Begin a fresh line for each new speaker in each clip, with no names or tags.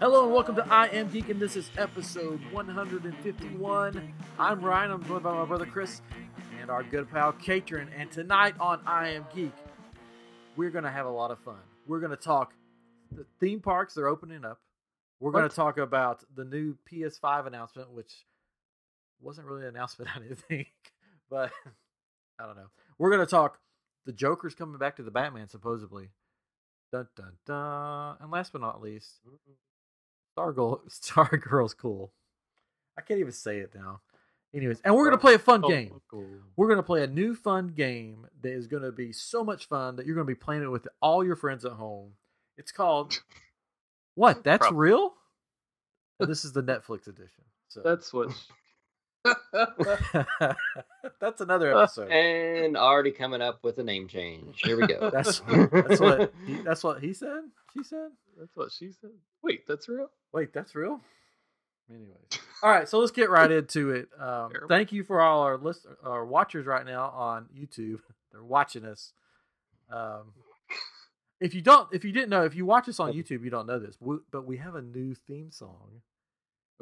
Hello and welcome to I Am Geek, and this is episode 151. I'm Ryan. I'm joined by my brother Chris and our good pal Katrin. And tonight on I Am Geek, we're gonna have a lot of fun. We're gonna talk the theme parks. They're opening up. We're gonna
What?
talk about the new PS5 announcement, which wasn't really an announcement, I didn't think, but I don't know. We're gonna talk. The Joker's coming back to the Batman, supposedly. Dun dun dun. And last but not least, Star Girl, Star Girl's cool. I can't even say it now. Anyways, and we're gonna play a fun
oh,
Oh,
game. We're going to play a new fun game that is going to be so much fun that you're going to be playing it with all your friends at home. It's called What? That's
Prob-
real? And this is the Netflix edition. So
That's what.
that's another episode.
and already coming up with a name change. Here we go.
That's that's what he, that's what he said. She said.
That's what she said. Wait, that's real.
Wait, that's real? Anyways. All right, so let's get right into it. Um,
Terrible.
thank you for all our list our watchers right now on YouTube. They're watching us. Um, if you don't if you didn't know, if you watch us on YouTube, you don't know this. We, but we have a new theme song.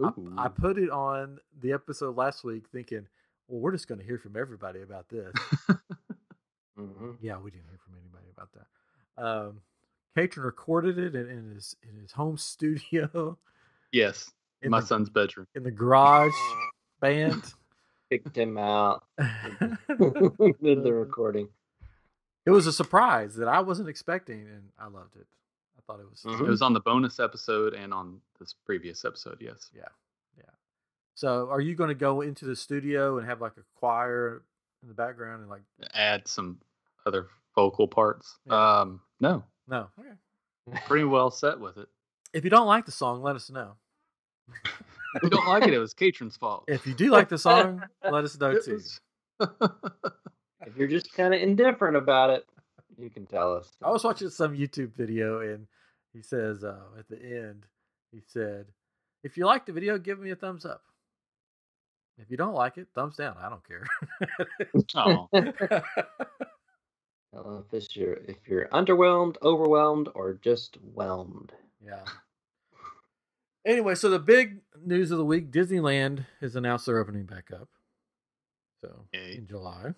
I, I put it on the episode last week thinking, well, we're just going to hear from everybody about this.
hmm
yeah, we didn't hear from anybody about that. Um, Patron recorded it in, in his in his home studio
yes,
in
my
the-
son's bedroom.
in the garage band.
Picked him out
it
in the recording.
was a surprise that I wasn't expecting, and I loved it. I thought it was
Mhm.
It was on the bonus episode and on this previous episode. Yes.
so. Are you going to go into the studio and have like a choir in the background and like
Add some other vocal parts.
Yeah.
Um, no,
no? Okay.
pretty well set with it.
If you don't like the song, let us know.
If you don't like it, it was Katrin's fault.
If you do like the song, let us know
It
too.
was-
If you're just kind of indifferent about it, you can tell us.
I was watching some YouTube video and he says uh, at the end, he said, "If you like the video, give me a thumbs up. If you don't like it, thumbs down. I don't care."
Aw.
I don't know if it's your if you're underwhelmed, overwhelmed, or just whelmed.
Yeah. Anyway, so the big news of the week: Disneyland has announced they're opening back up. So
Yay.
in July,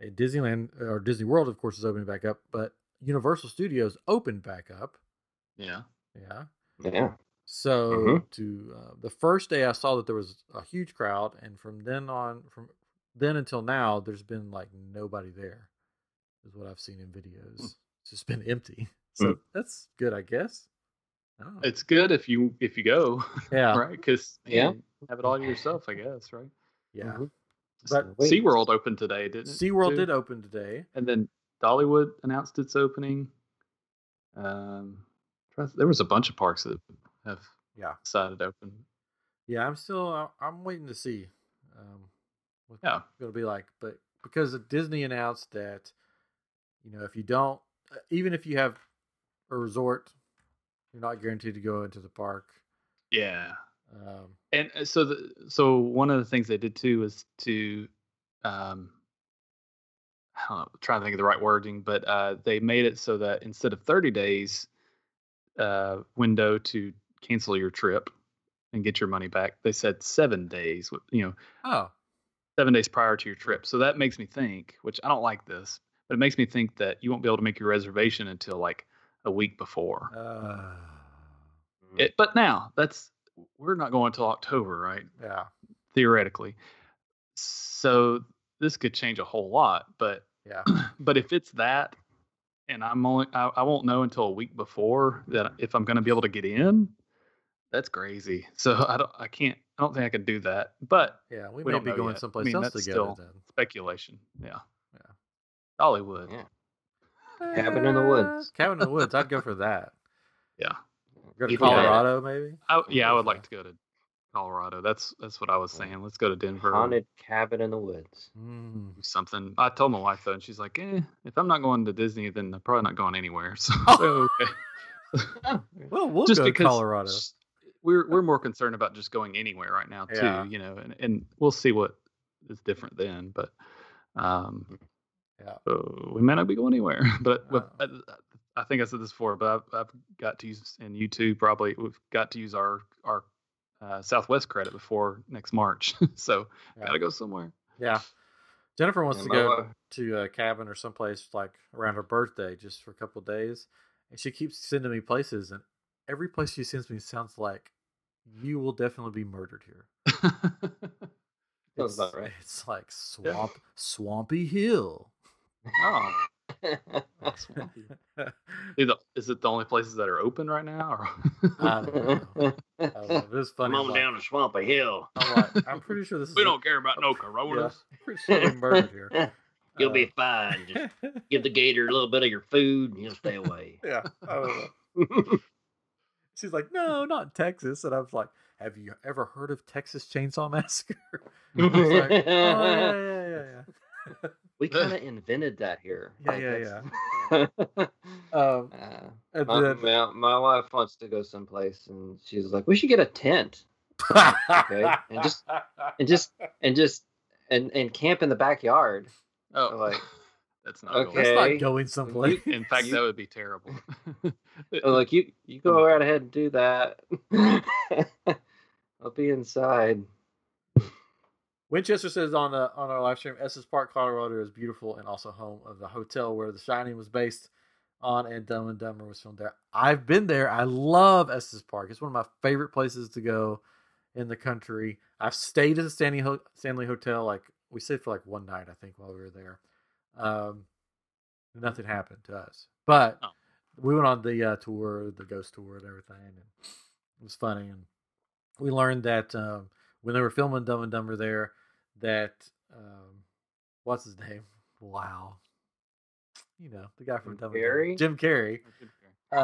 And Disneyland or Disney World, of course, is opening back up, but Universal Studios opened back up.
yeah.
Yeah.
Yeah.
So
Mhm.
to uh, the first day, I saw that there was a huge crowd, and from then on, from then until now, there's been like nobody there, is what I've seen in videos. It's just been empty. So that's good, I guess. I don't know.
It's good if you if you go,
yeah,
right? Because
Yeah.
have it all to yourself, I guess, right?
yeah.
Mm-hmm.
Mhm.
But-
Wait.
SeaWorld opened today, didn't it?
SeaWorld
too?
did open today.
and then Dollywood announced its opening. Um, try- there was a bunch of parks that have
Yeah.
decided to open.
Yeah, I'm still I- I'm waiting to see um, what
Yeah.
it's going to be like, but because of Disney announced that you know if you don't, uh, even if you have a resort, you're not guaranteed to go into the park.
Yeah,
Um,
and uh, so the, so one of the things they did too was to, um, I don't know, trying to think of the right wording, but uh, they made it so that instead of thirty days uh, window to cancel your trip and get your money back, they said seven days. wh- You know,
oh,
seven days prior to your trip. So that makes me think, which I don't like this, but it makes me think that you won't be able to make your reservation until like a week before.
uh,
It, but now that's we're not going until October, right?
yeah,
Theoretically. So this could change a whole lot, but
yeah,
but if it's that and I'm only I, I won't know until a week before that if I'm gonna be able to get in, that's crazy. So I don't I can't I don't think I can do that. But
yeah. We,
We
may
don't
be
know
going
yet. I
someplace
mean,
else
that's
together
still-
then.
speculation. Yeah.
Yeah.
Dollywood.
Yeah. Cabin in the woods.
Uh, Cabin in the woods. I'd go for that.
Yeah.
Go to
Either way,
Colorado, maybe.
I, yeah, I would
Okay.
like to go to Colorado. That's that's what I was saying. Let's go to Denver.
Haunted cabin in the woods.
Mm.
do Something. I told my wife though, and she's like, "Eh, if I'm not going to Disney, then I'm probably not going anywhere." So,
Oh.
okay.
Well, we'll
just
go to
because
Colorado.
s- we're we're more concerned about just going anywhere right now too.
Yeah.
You know, and and we'll see what is different then. But um,
Yeah.
so we may not be going anywhere. But with,
Uh.
uh, the I think I said this before, but I've, I've got to use and you too probably we've got to use our our uh, Southwest credit before next March. so
Yeah.
gotta go somewhere.
Yeah. Jennifer wants
Yeah,
to
my
go
wife-
to a cabin or someplace like around her birthday just for a couple of days. And she keeps sending me places, and every place she sends me sounds like you will definitely be murdered here.
Sounds
It's,
about right.
it's like swamp, swampy hill.
oh,
Oh,
I
Dude, is it the only places that are open right now? Or
don't know. I don't know. It was funny.
Come
I'm
on
like,
down to Swampy Hill.
I'm, like, I'm pretty sure this is.
we don't care about no
yeah,
coronas.
pretty sure we're murdered here.
You'll
Uh,
be fine. Just give the gator a little bit of your food, and he'll stay away.
yeah. I don't know. She's like, no, not in Texas. And I was like, have you ever heard of Texas Chainsaw Massacre? I was like, oh, yeah, yeah, yeah, yeah.
We kind of invented that here.
Yeah, yeah,
yeah.
yeah. Um, and
Uh, my,
then,
my, my wife wants to go someplace, and she's like, "We should get a tent okay, and just- and just and just and and camp in the backyard."
Oh,
Like-
that's not
that's
Okay.
not going someplace.
Going. In fact, that would be terrible. Oh,
I'm like, "You you go right ahead and do that. I'll be inside."
Winchester says on the on our live stream, Estes Park, Colorado is beautiful and also home of the hotel where The Shining was based on and Dumb and Dumber was filmed there. I've been there. I love Estes Park. It's one of my favorite places to go in the country. I've stayed at the Stanley, Ho- Stanley Hotel. Like we stayed for like one night, I think, while we were there. Um, nothing happened to us, but
Oh.
we went on the uh, tour, the ghost tour, and everything, and it was funny. And we learned that um, when they were filming Dumb and Dumber there, that um, what's his name? Wow, you know the guy from
Jim
Dumb
Carrey?
and Dumber, Jim Carrey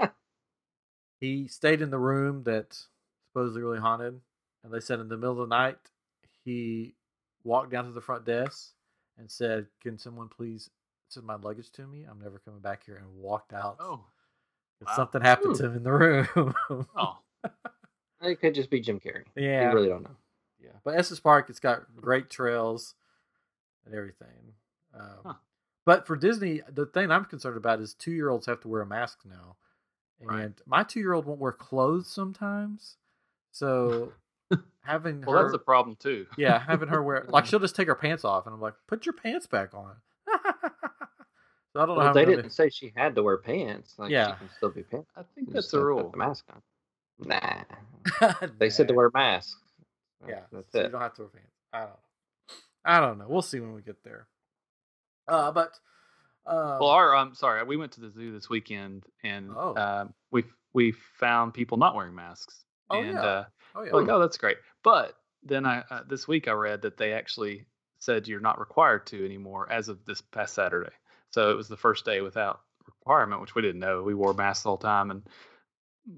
um, he stayed in the room that supposedly really haunted, and they said in the middle of the night he walked down to the front desk and said, "Can someone please send my luggage to me? I'm never coming back here." And walked out.
oh,
And
wow.
something happened to him in the room.
oh,
It could just be Jim Carrey.
yeah,
You really don't know.
yeah. But Estes Park, it's got great trails and everything. Um,
Huh.
But for Disney, the thing I'm concerned about is two year olds have to wear a mask now. And
Right.
my two year old won't wear clothes sometimes. So having
well,
her,
that's a problem too.
yeah, having her wear, like, she'll just take her pants off. And I'm like, put your pants back on. so I don't know how
Well,
I'm
they
gonna-
didn't say she had to wear pants. Like
Yeah.
she can still be pants.
I think
You
that's
just
the
gotta put
rule.
The mask on. Nah. They said to
Nah.
wear masks.
Yeah,
That's
so You
it.
don't have to wear pants. I don't. I don't know. We'll see when we get there. Uh, but uh,
Well, our I'm sorry, we went to the zoo this weekend and
Oh.
uh, we we found people not wearing masks.
Oh,
and
yeah.
uh,
oh yeah,
we're like, oh, that's great. But then I uh, this week I read that they actually said you're not required to anymore as of this past Saturday. So it was the first day without requirement, which we didn't know. We wore masks the whole time and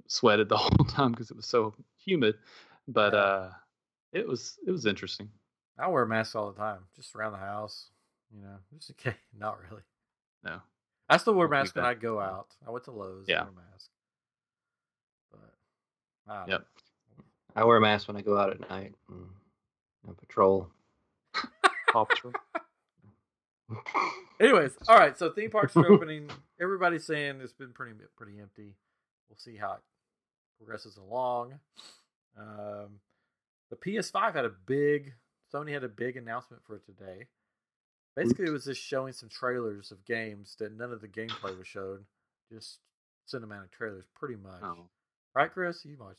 sweated the whole time because it was so humid. But
Yeah.
uh, it was it was interesting.
I wear masks all the time, just around the house. You know, just okay. Not really.
No,
I still wear
Don't do
masks when
that.
I go out. I went to Lowe's. I
Yeah.
wear a mask. But I don't
Yep.
I wear a mask when I go out at night and and patrol.
Paw Patrol.
know. Anyways, all right. So theme parks are opening. Everybody's saying it's been pretty pretty empty. We'll see how it progresses along. Um, the PS5 had a big Sony had a big announcement for today. Basically, it was just showing some trailers of games that none of the gameplay was showed, just cinematic trailers, pretty much.
Oh.
Right, Chris? You watched?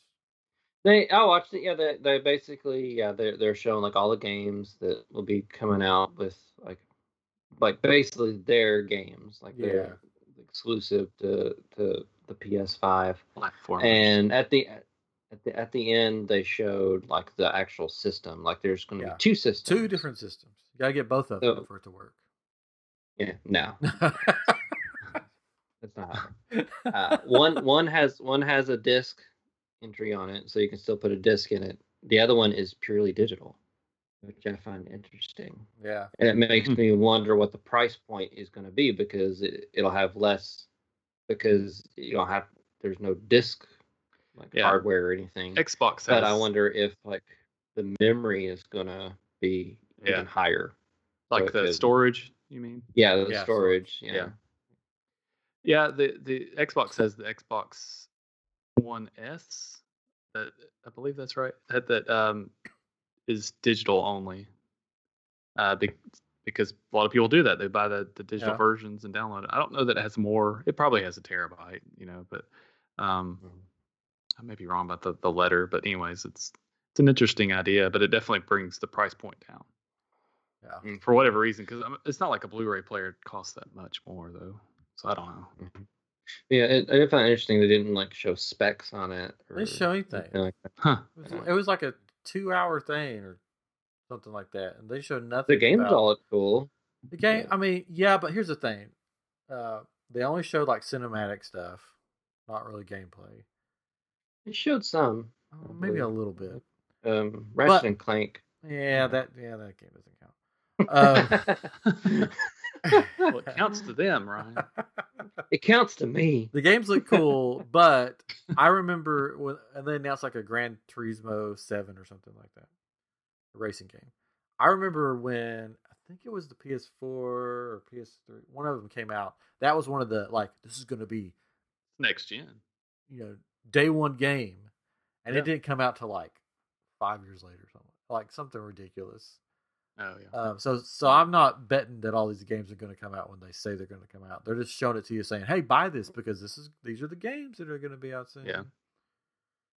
They, I watched it. Yeah, they, they basically, yeah, they're they're showing like all the games that will be coming out with like, like basically their games, like they're exclusive to to the PS5.
platform.
And at the at the at the end, they showed like the actual system. Like there's going to
Yeah.
be two systems.
Two different systems. You gotta get both of them
So-
for it to work.
Yeah, no, that's not. How it uh, one one has one has a disc entry on it, so you can still put a disc in it. The other one is purely digital, which I find interesting,
yeah,
and it makes
Hmm.
me wonder what the price point is going to be because it, it'll have less because you don't have there's no disc like
Yeah.
hardware or anything.
Xbox has.
but I wonder if like the memory is going to be
Yeah.
even higher.
like
what
the
is-
storage. You mean?
Yeah, the
Yeah, so-
storage.
yeah.
yeah.
Yeah, the the Xbox has the Xbox One S. That I believe that's right. That that um is digital only. Uh, be, because a lot of people do that. They buy the, the digital
Yeah.
versions and download it. I don't know that it has more. It probably has a terabyte, you know, but
Mm.
um,
Mm-hmm.
I may be wrong about the, the letter. But anyways, it's it's an interesting idea, but it definitely brings the price point down
Yeah.
Mm.
for whatever reason. Because it's not like a Blu-ray player costs that much more though. So I don't know.
Yeah, it, I did find it interesting they didn't like show specs on it.
They didn't show anything.
anything like that.
Huh.
It was, it was like a two hour thing or something like that. And they showed nothing.
The game's
about-
all look cool.
The game, I mean, yeah, but here's the thing. Uh, they only showed like cinematic stuff, not really gameplay.
It showed some.
Uh, Maybe a little bit.
Um, Ratchet
But-
and Clank.
Yeah, that yeah, that game doesn't count. Um,
well, it counts to them, Ryan.
it counts to me.
The games look cool, but I remember when and they announced like a Gran Turismo Seven or something like that, a racing game. I remember when I think it was the PS4 or PS3, one of them came out. That was one of the like this is going to be
Next gen.
you know day one game, and it
Yeah.
didn't come out till like five years later, or something like something ridiculous.
Oh yeah.
Um, so so I'm not betting that all these games are going to come out when they say they're going to come out. They're just showing it to you, saying, "Hey, buy this because this is these are the games that are going to be out soon."
Yeah.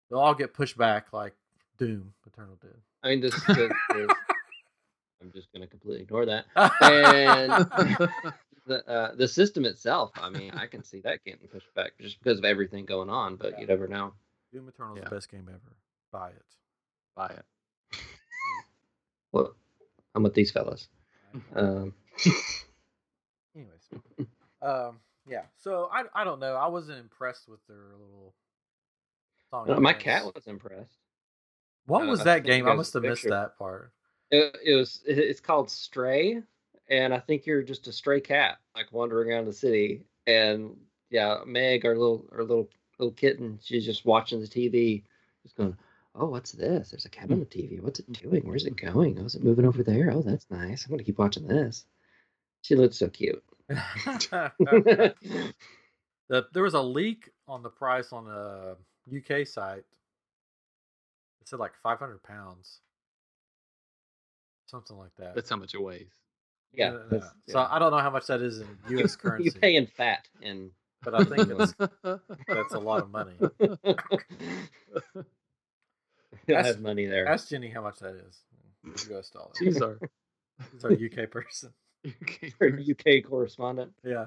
they'll all get pushed back like Doom Eternal did.
I mean, this. this, this I'm just gonna completely ignore that. And
yeah,
the uh, the system itself. I mean, I can see that getting pushed back just because of everything going on. But you never know.
Doom Eternal is
Yeah.
the best game ever. Buy it.
buy it.
Look, I'm with these fellas. Um,
Anyways, um, yeah. So I I don't know. I wasn't impressed with their little. Song and
Uh, my
dance.
cat was impressed.
What
uh,
was
I
that
sent you
game? I
guys
must
the
have missed
picture.
that part.
It, it was. It, it's called Stray, and I think you're just a stray cat, like wandering around the city. And yeah, Meg, our little, our little, little kitten, she's just watching the TV, just going, "Oh, what's this? There's a cat on the TV. What's it doing? Where's it going? Oh, is it moving over there? Oh, that's nice. I'm gonna keep watching this." She looks so cute.
the, there was a leak on the price on a UK site. It said like 500 pounds, something like that.
That's how much it weighs.
yeah,
Uh,
that's-
So
yeah.
I don't know how much that is in U.S. currency,
You pay in fat and
but I think it's, that's a lot of money.
I
Ask-
have money there.
Ask Jenny how much that is in U.S. dollars.
She's our
She's our UK person.
UK
Our
version.
UK correspondent.
Yeah,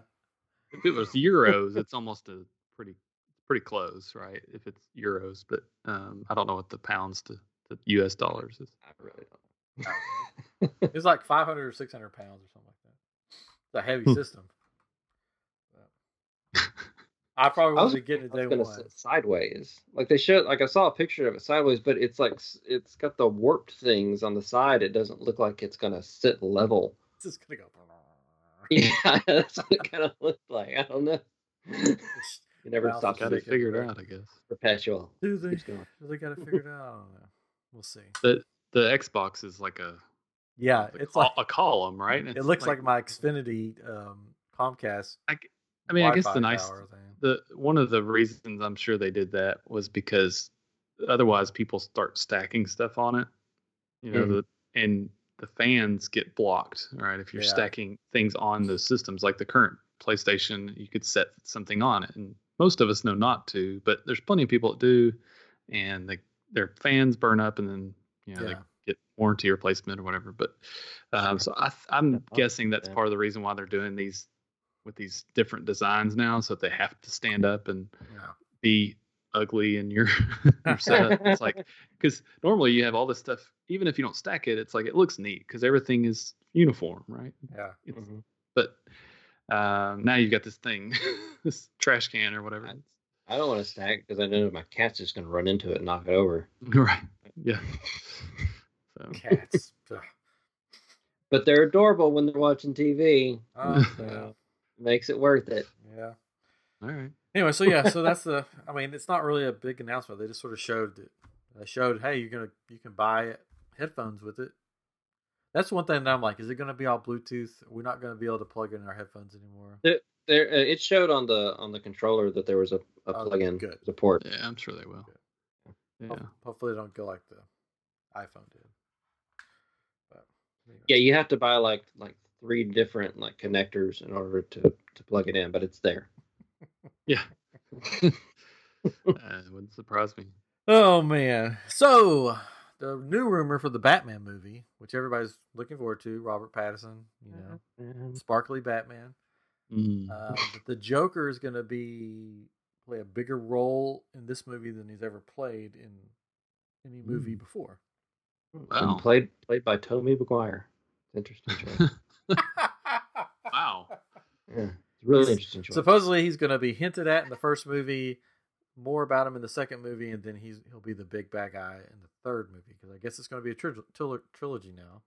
if it was euros, it's almost a pretty pretty close, right? If it's euros, but um, I don't know what the pounds to the U.S. dollars is.
I really don't.
it's like 500 or 600 pounds or something like that. It's a heavy
Hmm.
system. I probably
I was-
won't be getting it
I was
day
gonna
one.
say sideways. Like they showed, like I saw a picture of it sideways, but it's like s- it's got the warped things on the side. It doesn't look like it's gonna sit level.
It's just gonna go.
Yeah, that's what it kind of looked like. I don't know. You never
Well,
stop
it's
Got to
gotta
to
be-
figure it out, I guess.
perpetual.
Do they?
Keeps going.
Do they got it figured out? I don't know. We'll see.
The the Xbox is like a
Yeah,
a
it's
col-
like
a column, right? And
it
it's
looks like, my Xfinity um, Comcast.
I mean, I guess the
Wi-Fi
nice
tower thing.
the one of the reasons I'm sure they did that was because otherwise people start stacking stuff on it, you know,
Mhm.
the, and the fans get blocked, right? If you're
Yeah.
stacking things on those systems, like the current PlayStation, you could set something on it, and most of us know not to, but there's plenty of people that do, and they, their fans burn up, and then you know they
Yeah.
get warranty replacement or whatever. But um, so I, th- I'm
Yeah.
guessing that's
Yeah.
part of the reason why they're doing these with these different designs now, so that they have to stand up and
Yeah.
be ugly in your, your setup. It's like because normally you have all this stuff, even if you don't stack it, it's like it looks neat because everything is uniform, right?
Yeah.
It's,
Mhm.
But um, now you've got this thing, this trash can or whatever.
I don't want to stack because I know my cat's just gonna run into it and knock it over.
right? Yeah. So
Cats. Ugh.
But they're adorable when they're watching TV.
Oh, yeah.
So makes it worth it.
yeah.
all right.
Anyway, so yeah, so that's the. I mean, it's not really a big announcement. They just sort of showed it. They showed, hey, you're gonna you can buy headphones with it. That's one thing that I'm like, is it going to be all Bluetooth? We're not going to be able to plug in our headphones anymore.
There, uh, it showed on the on the controller that there was a, a
Oh,
plug-in
good.
support.
Yeah, I'm sure they will. Yeah.
Ho- Hopefully, they don't go like the iPhone did. But anyway.
Yeah, you have to buy like like three different like connectors in order to to plug it in, but it's there.
Uh, it wouldn't surprise me.
Oh man. So the new rumor for the Batman movie, which everybody's looking forward to, Robert Pattinson, you know,
Mm-hmm.
sparkly Batman.
Mm.
Um, but the Joker is going to be play a bigger role in this movie than he's ever played in any movie before.
Wow.
And Played played by Tommy McGuire. Interesting choice.
Uh, wow.
yeah, it's really
He's
interesting choice.
Supposedly he's going to be hinted at in the first movie, more about him in the second movie, and then he's he'll be the big bad guy in the third movie because I guess it's going to be a tril- tril- trilogy now.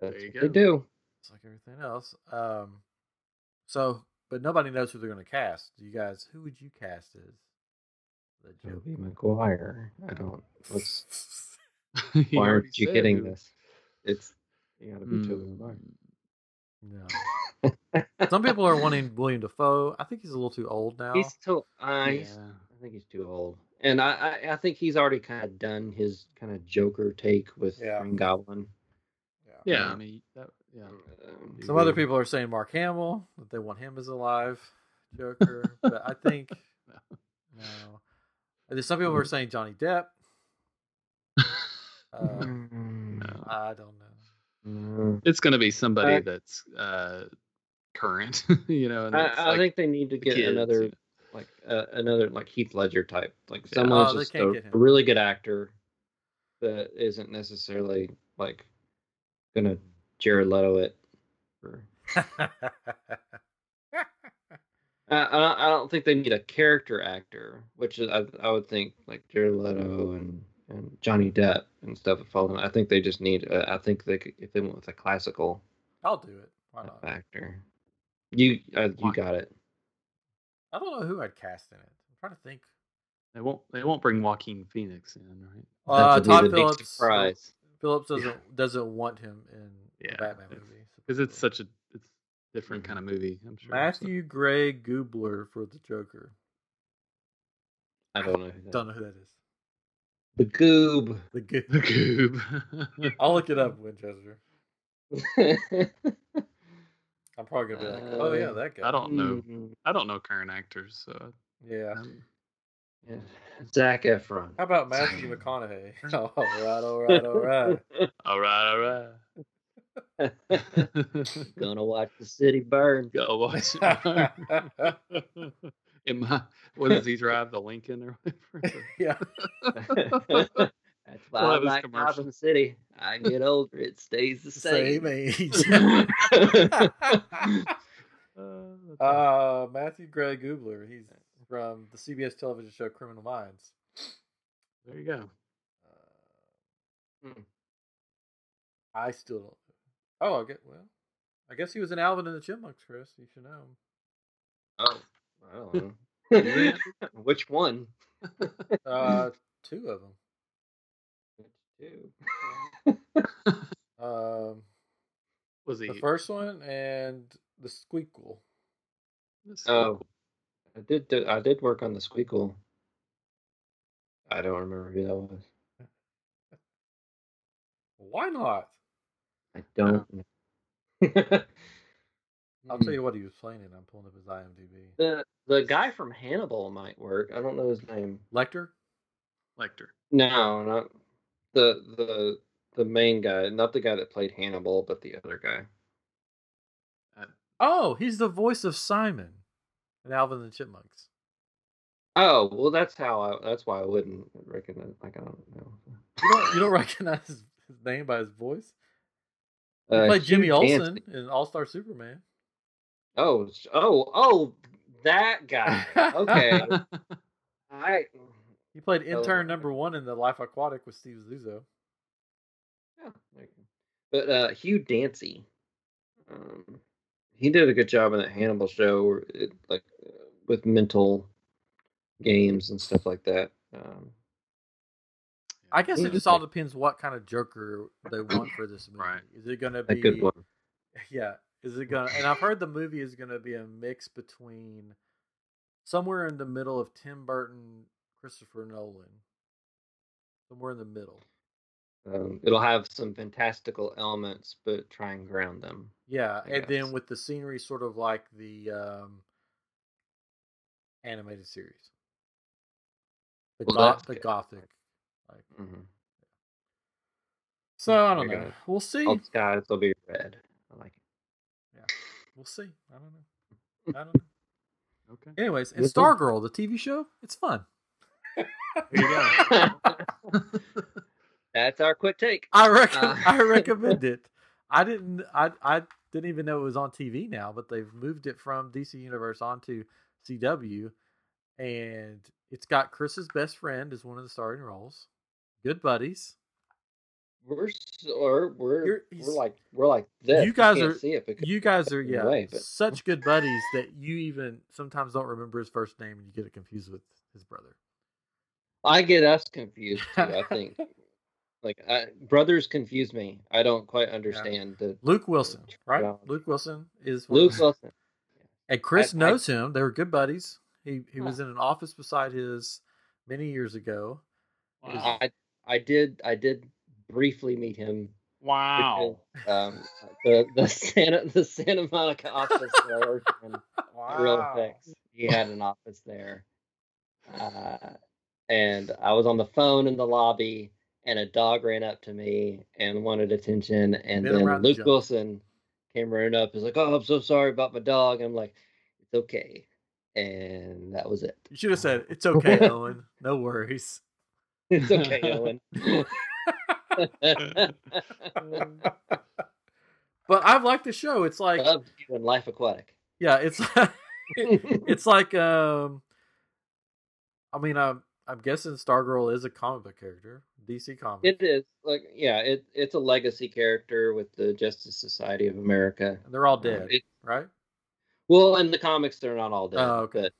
That's
There you
what
go.
They do.
It's like everything else. Um, so, but nobody knows who they're going to cast. Do you guys? Who would you cast as the
Toby McGuire. I don't. What's,
You
why
already
aren't you
said
getting
who-
this? It's you gotta be Toby McGuire.
Mm.
No. Some people are wanting William Defoe. I think he's a little too old now.
He's too. Uh, he's,
Yeah.
I think he's too old, and I, I, I think he's already kind of done his kind of Joker take with
Yeah.
Green Goblin.
Yeah, I mean, that, yeah.
Um,
Some other people are saying Mark Hamill that they want him as a live Joker, but I think no. And then Some people are saying Johnny Depp. Uh,
No.
I don't know.
Mm.
It's going to be somebody
I-
that's uh, current, you know. And
I,
it's
I
like
think they need to
the
get
kids,
another
you know.
like uh, another like Heath Ledger type, like
Yeah.
someone
Oh, they
who's just
can't
a
get him.
really good actor that isn't necessarily like gonna Jared Leto it. Or, I, I don't- I don't think they need a character actor, which is I, I would think like Jared Leto and, and Johnny Depp and stuff would fall in. I think they just need. A, I think they could, if they went with a classical
I'll do it. Why not?
actor, you uh, you
Why?
got it.
I don't know who I'd cast in it. I'm trying to think.
They won't. They won't bring Joaquin Phoenix in, right?
Uh,
would be
Todd
the big
Phillips.
surprise.
Phillips doesn't doesn't want him in
Yeah,
the Batman
it's-
movie
Because it's
supposedly.
such a it's different kind of movie. I'm sure. so-
Matthew Gray Goobler for the Joker.
I don't know. Who that
Don't
is.
know who that is.
The Goob.
The Goob.
the Goob.
I'll look it up, Winchester. I'm probably gonna be like, oh yeah,
Uh,
that guy.
I don't know.
Mm,
I don't know current actors, so
Yeah.
um,
yeah. Zac Efron.
How about Matthew McConaughey? all right, all right, all right.
all right, all right.
Gonna watch the city burn.
Go watch it. In my, what does he drive? The Lincoln or whatever.
Yeah.
That's why
We'll
I
have his
like
commercial.
Gotham City. I get older, it stays the
Same
same.
age.
Uh, that's awesome.
uh, Matthew Gray Goobler. He's from the CBS television show Criminal Minds.
there you go.
Uh,
Hmm.
I still don't. Oh, I get well. I guess he was in Alvin and the Chipmunks, Chris. You should know. him.
oh, I don't know. Which one?
Uh, two of them.
Two.
Um,
Was he?
the first one and the squeakle.
that's
Oh.
cool.
I did, do, I did work on the squeakle. I don't remember who that was.
Why not?
I don't. Hmm. know.
I'll tell you what he was playing in. I'm pulling up his IMDb.
the the guy from Hannibal might work. I don't know his name.
Lecter.
Lecter.
No, not the the the main guy, not the guy that played Hannibal, but the other guy.
Oh, he's the voice of Simon in Alvin and the Chipmunks.
Oh, well, that's how I. That's why I wouldn't recognize. Like I don't know.
You don't, you don't recognize his, his name by his voice. He
Uh,
played Jimmy
Hugh
Olsen
Dancy.
in All Star Superman.
Oh, it's- oh, oh, that guy. Okay, I.
He played
Oh.
intern number one in the Life Aquatic with Steve Zuzo.
yeah, like- But uh, Hugh Dancy, um, he did a good job in that Hannibal show, where it, like uh, with mental games and stuff like that. Um,
I guess it just all depends what kind of Joker they want for this movie.
Right.
Is it gonna
A
be
good one.
Yeah. Is it gonna? And I've heard the movie is gonna be a mix between somewhere in the middle of Tim Burton, Christopher Nolan, somewhere in the middle.
Um, it'll have some fantastical elements, but try and ground them.
Yeah,
I
and then
guess.
with the scenery, sort of like the um, animated series, the,
Well,
goth,
that's
the
good.
gothic. Like,
Mhm.
so I don't
You're
know.
gonna-
We'll see.
All skies will be red. I like it.
We'll see. I don't know. I don't know.
Okay.
Anyways, and
We'll see.
Stargirl, the TV show, it's fun.
Here you go.
That's our quick take.
I rec-
Uh,
I recommend it. I didn't I I didn't even know it was on TV now, but they've moved it from DC Universe onto CW and it's got Chris's best friend as one of the starring roles. Good buddies.
We're so, we're we're,
You're- he's-
we're like we're like this.
You guys
can't
are-
see it because
You guys are
in a
yeah,
way, but-
such good buddies that you even sometimes don't remember his first name and you get it confused with his brother.
I get us confused too. I think like I, brothers confuse me. I don't quite understand the
Luke Wilson, right?
Well-
Luke Wilson is one of
Luke
the-
Wilson.
And Chris
I- I-
knows him. They were good buddies. He he
Huh.
was in an office beside his many years ago.
Wow.
I I did I did briefly meet him.
Wow.
because, Um, the the Santa the Santa Monica office that I worked in. real effects. He had an office there. Uh, and I was on the phone in the lobby, and a dog ran up to me and wanted attention. And
Been around
then
the
Luke
jungle.
Wilson came running up. He's like, Oh, I'm so sorry about my dog. I'm like, It's okay. And that was it.
You should have said it's okay, Owen. No worries.
It's okay, Owen.
But I've liked the show. It's like
Love you in Life Aquatic.
yeah, it's it's like um I mean I'm I'm guessing Stargirl is a comic book character, DC comic.
It is like yeah, it it's a legacy character with the Justice Society of America.
and they're all
Uh,
dead,
it-
right?
Well, in the comics, they're not all dead.
Oh, okay.
But,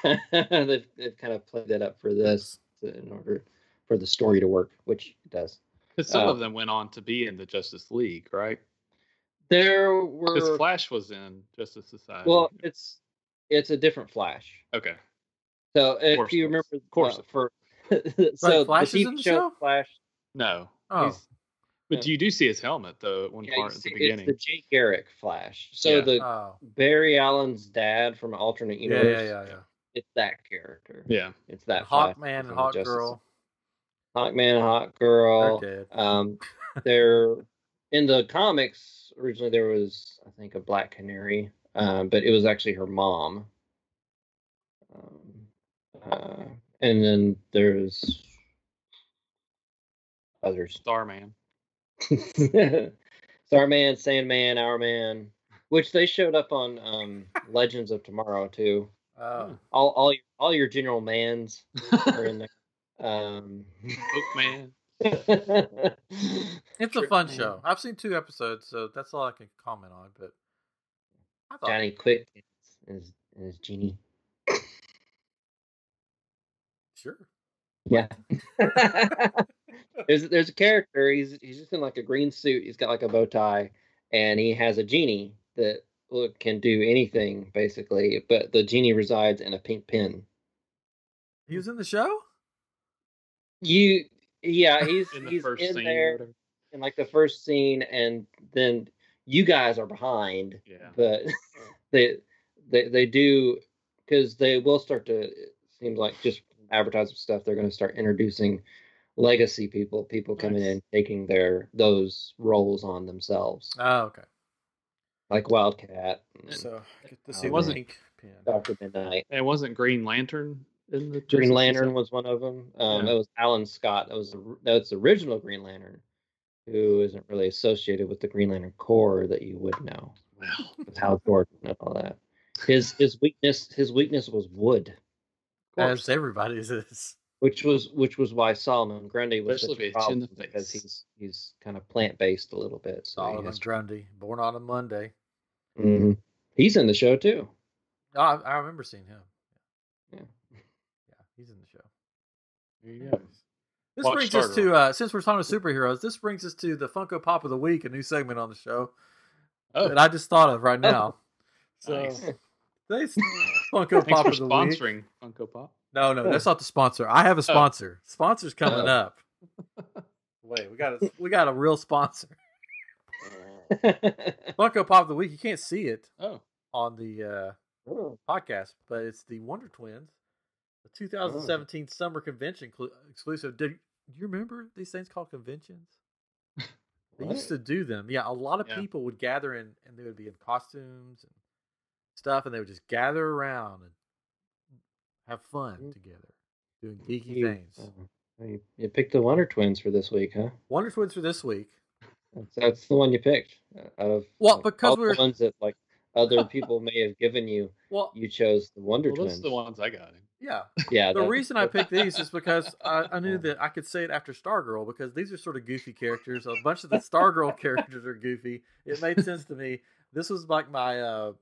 like they've they've kind of played that up for this to- in order for the story to work, which it does.
Because some
Uh,
of them went on to be in the Justice League, right?
There
Because
were
Flash was in Justice Society.
Uh. well, it's it's a different Flash.
okay.
So if
course
you
it is.
remember,
Of course
uh,
it
for so
Flash
the
is
TV
in the show?
Flash.
No.
Oh.
he's- But
Yeah.
you do see his helmet though at one
Yeah, you
part at
see-
the
it's
beginning.
the Jay Garrick Flash. So
Yeah.
the
Oh.
Barry Allen's dad from an alternate
Yeah,
universe.
yeah, yeah, yeah.
It's that character.
yeah.
It's that Flash
Hawkman and
from the
Hawk
Justice-
Girl.
Hawkman, Hawk Girl.
They're dead.
Um, there in the comics originally there was I think a black canary, um, but it was actually her mom. Um, uh, and then there's others:
Starman.
Starman, Sandman, Our Man, which they showed up on um, Legends of Tomorrow too.
Oh.
All all your, all your general mans are in there. Um,
Bookman.
It's a
Sure.
fun
Yeah.
show. I've seen two episodes, so that's all I can comment on. But I thought
Johnny Quick is is genie.
sure.
Yeah. there's there's a character. He's he's just in like a green suit. He's got like a bow tie, and he has a genie that look, can do anything basically. But the genie resides in a pink pin.
He was in the show.
You yeah he's
in the
he's
first
in
scene. or
there
whatever.
in like the first scene, and then you guys are behind.
Yeah.
but they they they do because they will start to it seems like just advertising stuff they're going to start introducing legacy people people coming
Nice.
in taking their those roles on themselves
Oh, okay.
like wildcat and
So get to
Uh,
see the
wasn't-
pink pin.
dr midnight
And wasn't Green Lantern in the
green
Justice
lantern
Society?
was one of them um
Yeah.
that was alan scott that was the r- that's the original green lantern who isn't really associated with the green lantern core that you would know
Well, of
with hal jordan and all that his his weakness his weakness was wood
course.
As everybody's is.
which was which was why Solomon Grundy was such
Especially
a
if it's in the
problem because
face.
he's he's kind of plant based a little bit. So he
Solomon
has-
Grundy, born on a Monday.
Mhm. he's in the show too.
Oh, I, I remember seeing him.
Yeah.
Yeah, he's in the show.
There you go.
This
Watch
brings us
Stargirl.
to uh, since we're talking to superheroes, this brings us to the Funko Pop of the week, a new segment on the show
Oh,
that I just thought of right now. So
nice.
today's Funko
Thanks
Pop
for
of the week.
sponsoring Funko Pop.
No, no, that's not the sponsor. I have a sponsor. Sponsor's coming
Oh.
up. Wait, we got a we got a real sponsor. Funko Pop of the week. You can't see it
Oh,
on the uh, podcast, but it's the Wonder Twins, the 2017 Summer Convention clu- exclusive. Did you remember these things called conventions? They used to do them. Yeah, a lot of
Yeah.
people would gather in, and they would be in costumes and stuff, and they would just gather around and have fun together, doing geeky
You,
things.
uh, you, you picked the Wonder Twins for this week, huh?
Wonder Twins for this week.
That's, that's the one you picked uh, out of
Well,
like,
because
all the
we're-
ones that like other people may have given you.
Well,
You chose the Wonder
well, those
Twins.
are the ones I got.
yeah.
Yeah,
The
that-
reason I
that-
picked these is because I, I knew that I could say it after Stargirl because these are sort of goofy characters. A bunch of the Stargirl characters are goofy. It made sense to me. This was like my uh,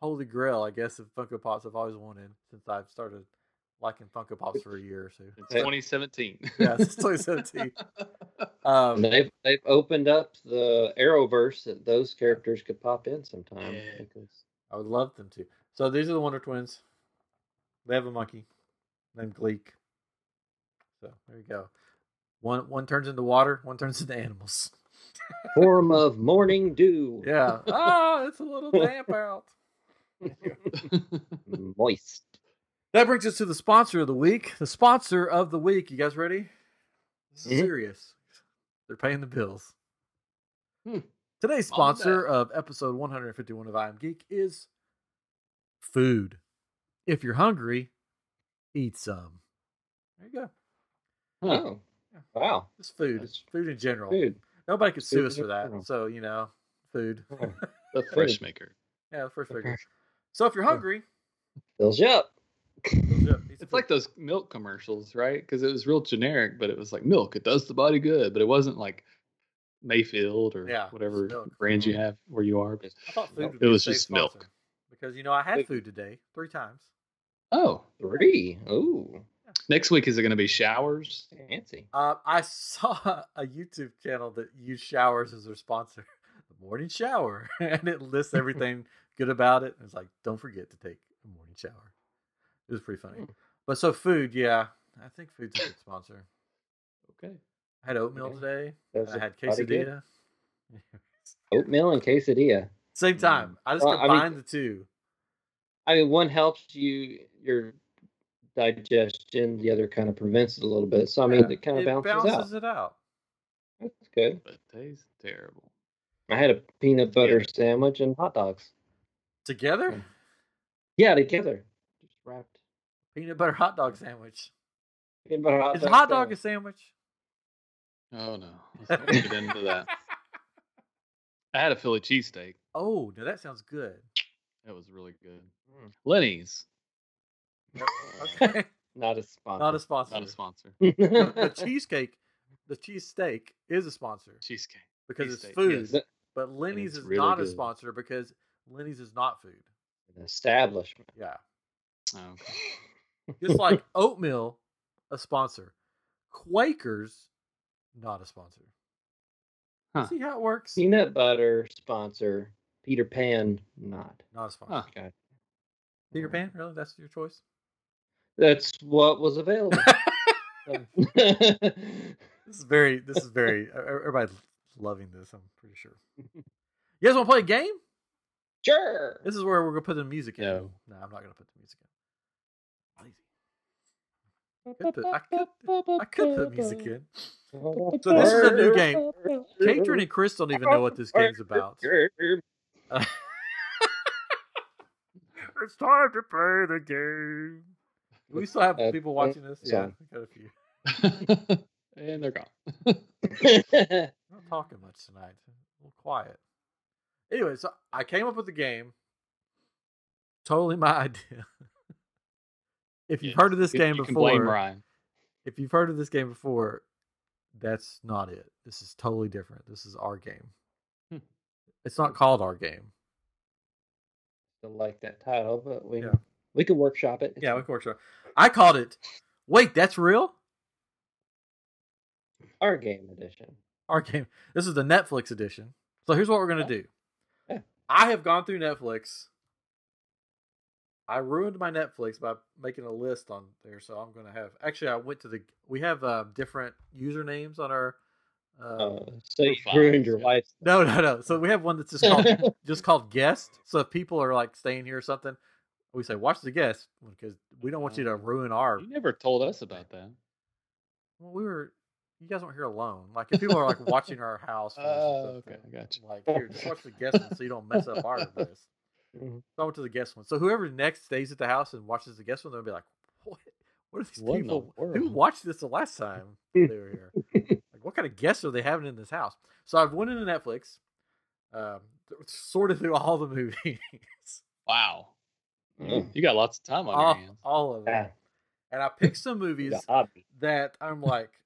holy grail, I guess, of Funko Pops I've always wanted since I've started liking Funko Pops for a year or so.
In 2017.
Yeah, since 2017.
and
Um,
they've they've opened up the Arrowverse that those characters could pop in sometime.
Yeah.
because-
I would love them to. So these are the Wonder Twins. They have a monkey named Gleek. So there you go. One one turns into water, one turns into animals.
Form of Morning Dew.
Yeah. oh, it's a little damp out.
Moist.
That brings us to the sponsor of the week. The sponsor of the week. You guys ready? This is
Mm-hmm.
Mhm.
serious. They're paying the bills.
Hmm.
Today's
On
sponsor
that.
of episode 151 of I Am Geek is food. If you're hungry, eat some. There you go.
Huh.
Oh, wow.
It's food.
That's-
food in general.
Dude,
Nobody could sue
Food
us
in
for that.
general.
So, you know, food.
oh,
The Fresh Maker.
Yeah, the first
Okay.
figure. So if you're hungry,
fills you up.
yeah, eat some
It's
food.
like those milk commercials, right? Because it was real generic, but it was like milk. It does the body good, but it wasn't like Mayfield or
Yeah,
whatever
it's milk.
brand
Mm-hmm.
you have where you are.
Just
I thought food
Nope.
would be
It
a
was
safe
just
sponsor.
milk.
Because you know I had
Like-
food today three times.
Oh,
three. Ooh,
next week is it going to be showers?
fancy.
Uh, I saw a YouTube channel that used showers as their sponsor, the morning shower, and it lists everything good about it. It's like don't forget to take a morning shower. It was pretty funny.
Hmm.
But so food, yeah, I think food's a good sponsor.
Okay.
I had oatmeal
Okay.
today.
That's
And I had
body good.
quesadilla.
Oatmeal and quesadilla.
Same time. I just
Hmm. Well, I mean-
combined the two.
I mean, one helps you your digestion. The other kind of prevents it a little bit. So I mean,
Yeah.
it kind of
it
bounces, out.
it out.
That's good.
But tastes terrible.
I had a peanut butter sandwich and hot dogs.
Together,
Yeah. Yeah, together, just wrapped
peanut butter hot dog
Hmm.
sandwich.
peanut butter hot
is a hot dog
sandwich.
a sandwich?
Oh no. Let's not get into that. I had a Philly cheesesteak.
Oh, now that sounds good.
That was really good.
Mm.
Lenny's,
Okay.
Not a sponsor.
Not a sponsor.
not a sponsor.
But the cheesecake, the cheesesteak is a sponsor
Cheesecake.
because it's
Cheesesteak,
food.
yes.
But Lenny's
it's
is
really
not a
good.
sponsor because Lenny's is not food.
An establishment.
Yeah.
Oh, okay.
Just like oatmeal, a sponsor. Quakers, not a sponsor.
Huh.
See how it works?
Peanut butter sponsor. Peter Pan not.
Not a sponsor.
Huh.
Okay.
Peter Pan, really? That's your choice?
That's what was available.
This is very. This is very. e- Everybody's loving this. I'm pretty sure. You guys want to play a game?
sure.
This is where we're gonna put the music in.
No.
no I'm not gonna put the music in. Lazy. could put- I could- I could put music in. So this is a new game. Catron and Chris don't even know what this game's about. It's time to play the game. We still have
Uh,
people watching this. Yeah,
sorry.
we got a few.
Oh. and they're gone.
I'm not talking much tonight. A little quiet. Anyway, so I came up with the game. Totally my idea. if you've
Yeah,
heard of this
You-
game
you can
before,
blame Ryan.
if you've heard of this game before, that's not it. This is totally different. This is our game.
Hmm.
It's not called our game.
Don't like that title, but we
Yeah.
we could workshop it.
of course. I called it. Wait, that's real.
Our game edition.
Our game. This is the Netflix edition. So here's what we're gonna do.
Yeah.
I have gone through Netflix. I ruined my Netflix by making a list on there, so I'm gonna have. Actually, I went to the. We have uh, different usernames on our. Uh,
Uh, so you
Profiles,
ruined your
yeah.
life.
No, no, no. So we have one that's just called just called guest. So if people are like staying here or something, we say watch the guest because we don't want
Oh.
you to ruin our.
You never told us about that.
Well, we were. You guys weren't here alone. Like if people are like watching our house. for us or
Oh, okay,
something,
gotcha.
Like here, just watch the guest one so you don't mess up our list.
Mhm.
So I went to the guest one. So whoever next stays at the house and watches the guest one, they'll be like, "What? What are these
What in the
people? Who
world?"
watched this the last time they were here? like, what kind of guests are they having in this house?" So I've went into Netflix, um, th- sorted through all the movies,
Wow.
Mm.
You got lots of time on your
all,
hands.
all of them,
Yeah.
and I picked some movies
The hobby.
that I'm like,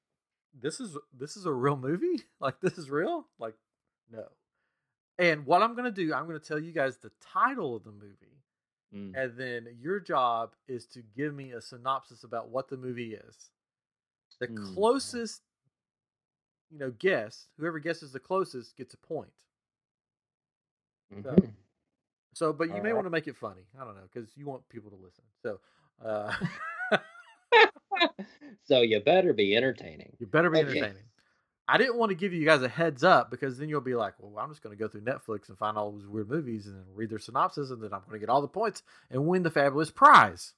"This is this is a real movie? Like this is real? Like no." And what I'm gonna do, I'm gonna tell you guys the title of the movie.
Mm.
and then your job is to give me a synopsis about what the movie is. The
Hmm.
closest, you know, guess, whoever guesses the closest gets a point.
Mhm.
So, but you may
Alright.
want to make it funny. I don't know because you want people to listen. So, uh,
so you better be entertaining.
you better be
Okay.
entertaining. I didn't want to give you guys a heads up because then you'll be like, "Well, I'm just going to go through Netflix and find all those weird movies and then read their synopsis, and then I'm going to get all the points and win the fabulous prize."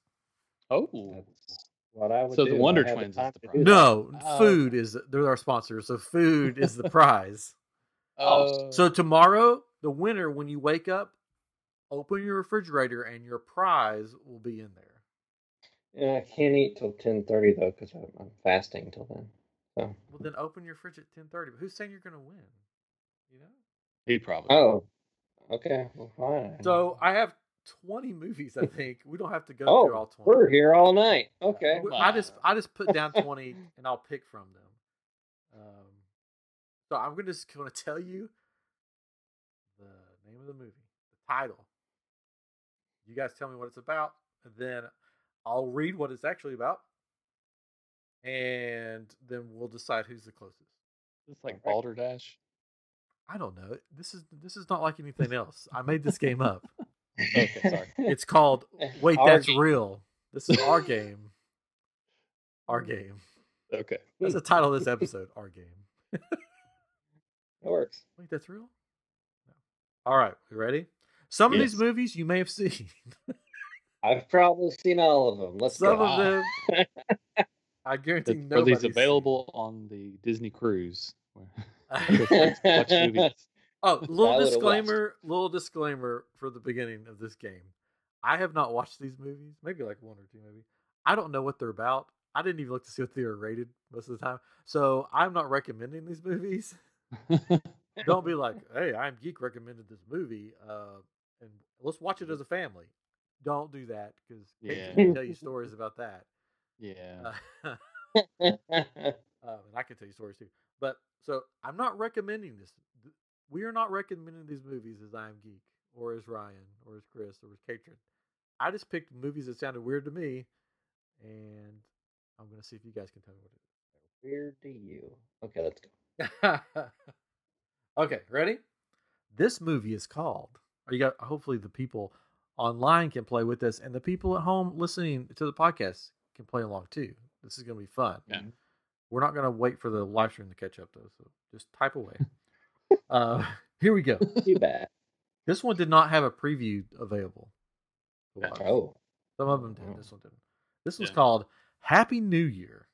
Oh,
That's what I would
So the
do if I
Wonder
had
Twins is
time
the
to
prize.
do that.
No,
Oh,
food is they're our sponsor, so food is the prize.
oh,
So tomorrow, the winner, when you wake up, open your refrigerator and your prize will be in there.
Yeah, I can't eat till ten thirty though because I'm, I'm fasting till then. So
Well, then open your fridge at ten thirty. But who's saying you're going to win? You know.
he probably.
oh, okay, well fine.
Mm.
So I have twenty movies. I think we don't have to go
oh,
through all 20
we're here all night. Okay,
W- I just I just put down twenty and I'll pick from them. Um, so I'm gonna just gonna tell you the name of the movie, the title. You guys tell me what it's about, and then I'll read what it's actually about, and then we'll decide who's the closest.
It's like Balderdash.
I don't know. This is this is not like anything else. I made this game up.
Okay, sorry.
It's called Wait,
Our
that's
Game.
real. This is our game. Our game.
Okay.
That's the title of this episode. Our game.
it works.
Wait, that's real? No. All right, we ready? Some of these
Yes.
movies you may have seen.
I've probably seen all of them. Let's
Some
go.
of them, I guarantee
Th- Ah. Are
nobody's
these
seen.
available on the Disney cruise? where- Watch
I
movies.
oh, little
Wild Wild
disclaimer, little disclaimer for the beginning of this game. I have not watched these movies. Maybe like one or two, maybe. I don't know what they're about. I didn't even look to see what they were rated most of the time. So I'm not recommending these movies. Uh, don't be like, "Hey, I'm geek recommended this movie, uh, and let's watch it as a family." Don't do that because
Yeah.
can tell you stories about that,
yeah.
uh, um, and I can tell you stories too. But so I'm not recommending this. Th- We are not recommending these movies as I am geek or as Ryan or as Chris or as Katrin. I just picked movies that sounded weird to me, and I'm gonna see if you guys can tell me what it is.
Weird to you. Okay, let's go.
okay, ready? This movie is called. Are you got? Hopefully, the people online can play with this, and the people at home listening to the podcast can play along too. This is going to be fun.
Yeah.
We're not going to wait for the live stream to catch up though, so just type away. uh, here we go.
Too bad.
This one did not have a preview available. to
Yeah.
watch.
Oh,
Some of them did.
Mm.
This one didn't. This was
Yeah.
called Happy New Year.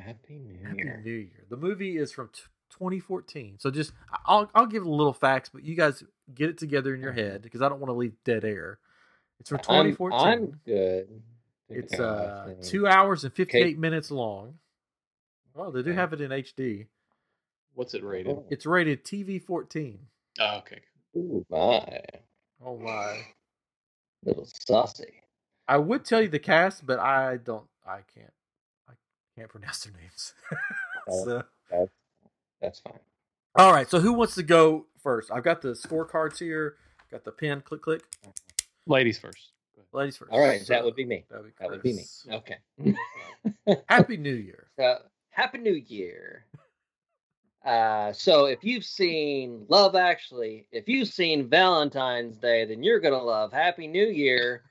happy New
Happy
Year.
New Year. The movie is from t- 2014. So just I'll I'll give little facts, but you guys get it together in your head because I don't want to leave dead air. It's from
I'm-
2014.
I'm, good.
it's
Yeah, I
uh
think.
two hours and 58
Kate-
minutes long. Oh, they do
Okay.
have it in HD.
What's it rated?
Oh,
It's rated TV 14.
Oh, okay.
ooh, my
Oh my!
little saucy.
I would tell you the cast, but I don't. I can't. I can't pronounce their names.
Oh.
so.
That's that's fine.
All right. So who wants to go first? I've got the scorecards here. Got the pen. Click click.
Ladies first. Go
Ladies first.
All right,
So,
that would be me.
that'd be
That would be me.
Chris.
Okay.
Happy New Year.
So, Happy New Year. Uh, so if you've seen Love Actually, if you've seen Valentine's Day, then you're gonna love Happy New Year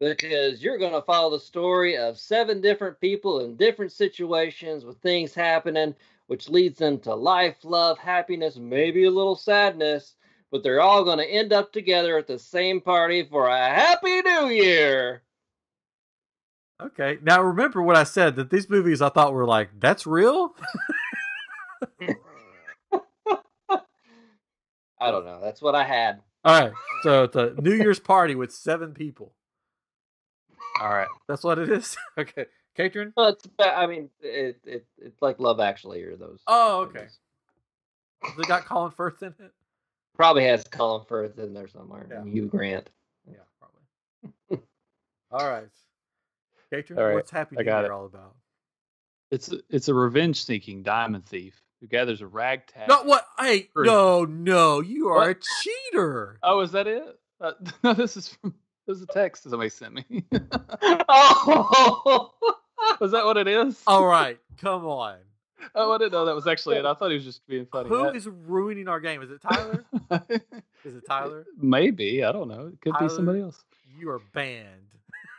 because you're gonna follow the story of seven different people in different situations with things happening, which leads them to life, love, happiness, maybe a little sadness, but they're all gonna end up together at the same party for a Happy New Year.
Okay. Now remember what I said that these movies I thought were like, that's real?
I don't know. That's what I had.
All right. So it's a New Year's party with seven people.
All right.
That's what it is. okay. Catron?
Well, it's about, I mean, it, it it's like Love Actually or those.
Oh, okay.
movies.
Has it got Colin Firth in it?
Probably has Colin Firth in there somewhere.
Yeah.
and Hugh Grant.
Yeah, probably. All right. Catron,
All right,
what's Happy
I
New
got
Year
it.
all about?
It's a, it's a revenge seeking diamond thief who gathers a ragtag.
Not what? Hey,
True.
no, no. You are a
What?
cheater.
Oh, is that it? Uh, no, this is from this is a text that somebody sent me.
Oh,
was that what it is?
All right. Come on.
Oh, I didn't know that was actually it. I thought he was just being funny.
Who
That-
is ruining our game? Is it Tyler? is it Tyler?
Maybe I don't know. It could
Tyler.
be somebody else.
You are banned.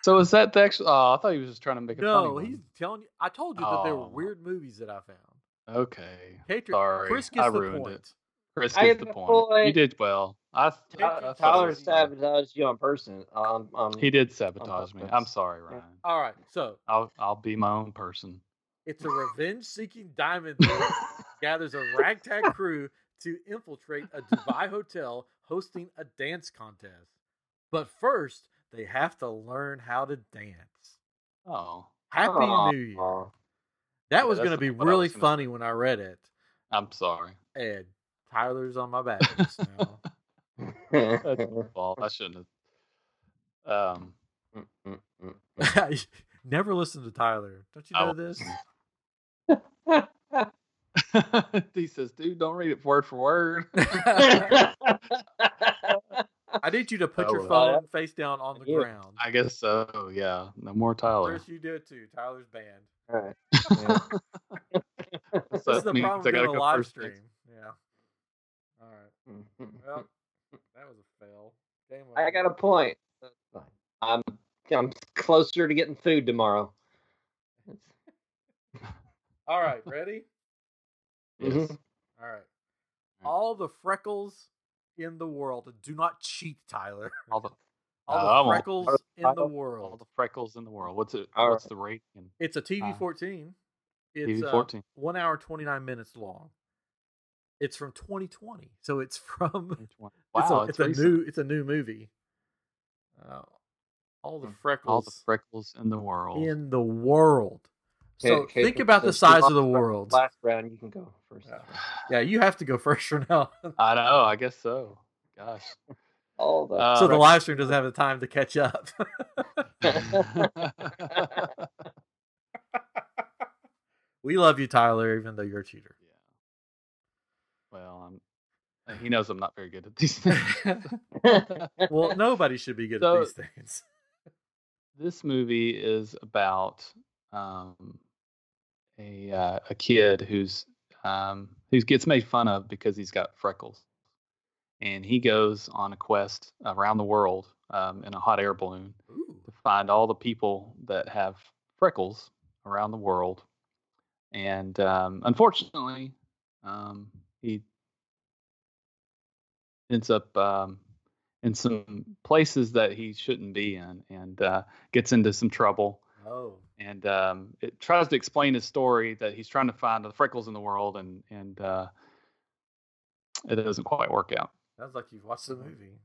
So is that the actual? Oh, I thought he was just trying to make a funny
No,
one.
he's telling you. I told you that there were
Oh.
weird movies that I found.
okay.
Patriot,
Sorry,
Chris
I
gets the
ruined
point.
it. Chris
I
gets the
am a
point.
boy.
You did well. I, I, I
Tyler
thought it
Tyler
was-
sabotaged you on person. Um, um,
He did sabotage me.
purpose.
I'm sorry,
Yeah.
Ryan.
All right, so
I'll I'll be my own person.
it's a revenge-seeking diamond thief gathers a ragtag crew to infiltrate a Dubai hotel hosting a dance contest. But first, they have to learn how to dance.
oh,
Happy
aw,
New Year! That
Yeah,
was
that's
going to be
what I was
really
gonna say.
funny when I read it.
I'm sorry.
And Tyler's on my back just now.
That's my fault. I shouldn't have. Um,
Never listen to Tyler. Don't you
I
know
won't
this?
listen. um, he says, "Dude, don't read it word for word."
I need you to put
Oh,
your
well.
phone face down on the
Yeah.
ground.
I guess so. Yeah, no more Tyler.
Chris, you do it too. Tyler's banned.
All right. Yeah.
This
This is the problem with doing a live stream. Yeah. All right. Well, that was a fail. Game
I
over.
got a point. That's fine. I'm I'm closer to getting food tomorrow.
All right. Ready? mm-hmm.
Yes.
Mhm.
All right.
Yeah.
All the freckles in the world. Do not cheat, Tyler.
All the
All
No, I
the
won't.
Uh, freckles in the
Tyler,
world.
all the freckles in the world. What's it?
All
what's
right.
the rating?
It's a TV
Uh,
14. It's
TV
uh,
14.
one hour, 29 minutes long. It's from 2020. So it's from.
Which one?
it's a-
Wow,
it's
it's,
a,
recent.
new it's a new movie. Uh, all the
Hmm.
All the
freckles
freckles in the world.
in the world. So
Okay, okay,
think
so-
about
so
the
she
size
lost
of the world.
Last round, you can go first.
Yeah. Yeah, you have to go first for now.
I know. I guess so. Gosh.
All the
Uh,
so the
right.
live stream doesn't have the time to catch up.
yeah.
we love you, Tyler, even though you're a cheater.
Well, I'm, he knows I'm not very good at these things.
Oh, well, nobody should be good at
So-
these things.
this movie is about um, a uh, a kid who's um, who gets made fun of because he's got freckles, and he goes on a quest around the world um, in a hot air balloon to find all the people that have freckles around the world. And um, unfortunately, um, he ends up um, in some places that he shouldn't be in and uh, gets into some trouble.
Oh.
And um, it tries to explain his story that he's trying to find the freckles in the world, and and uh, it doesn't quite work out.
Sounds like you've watched the movie.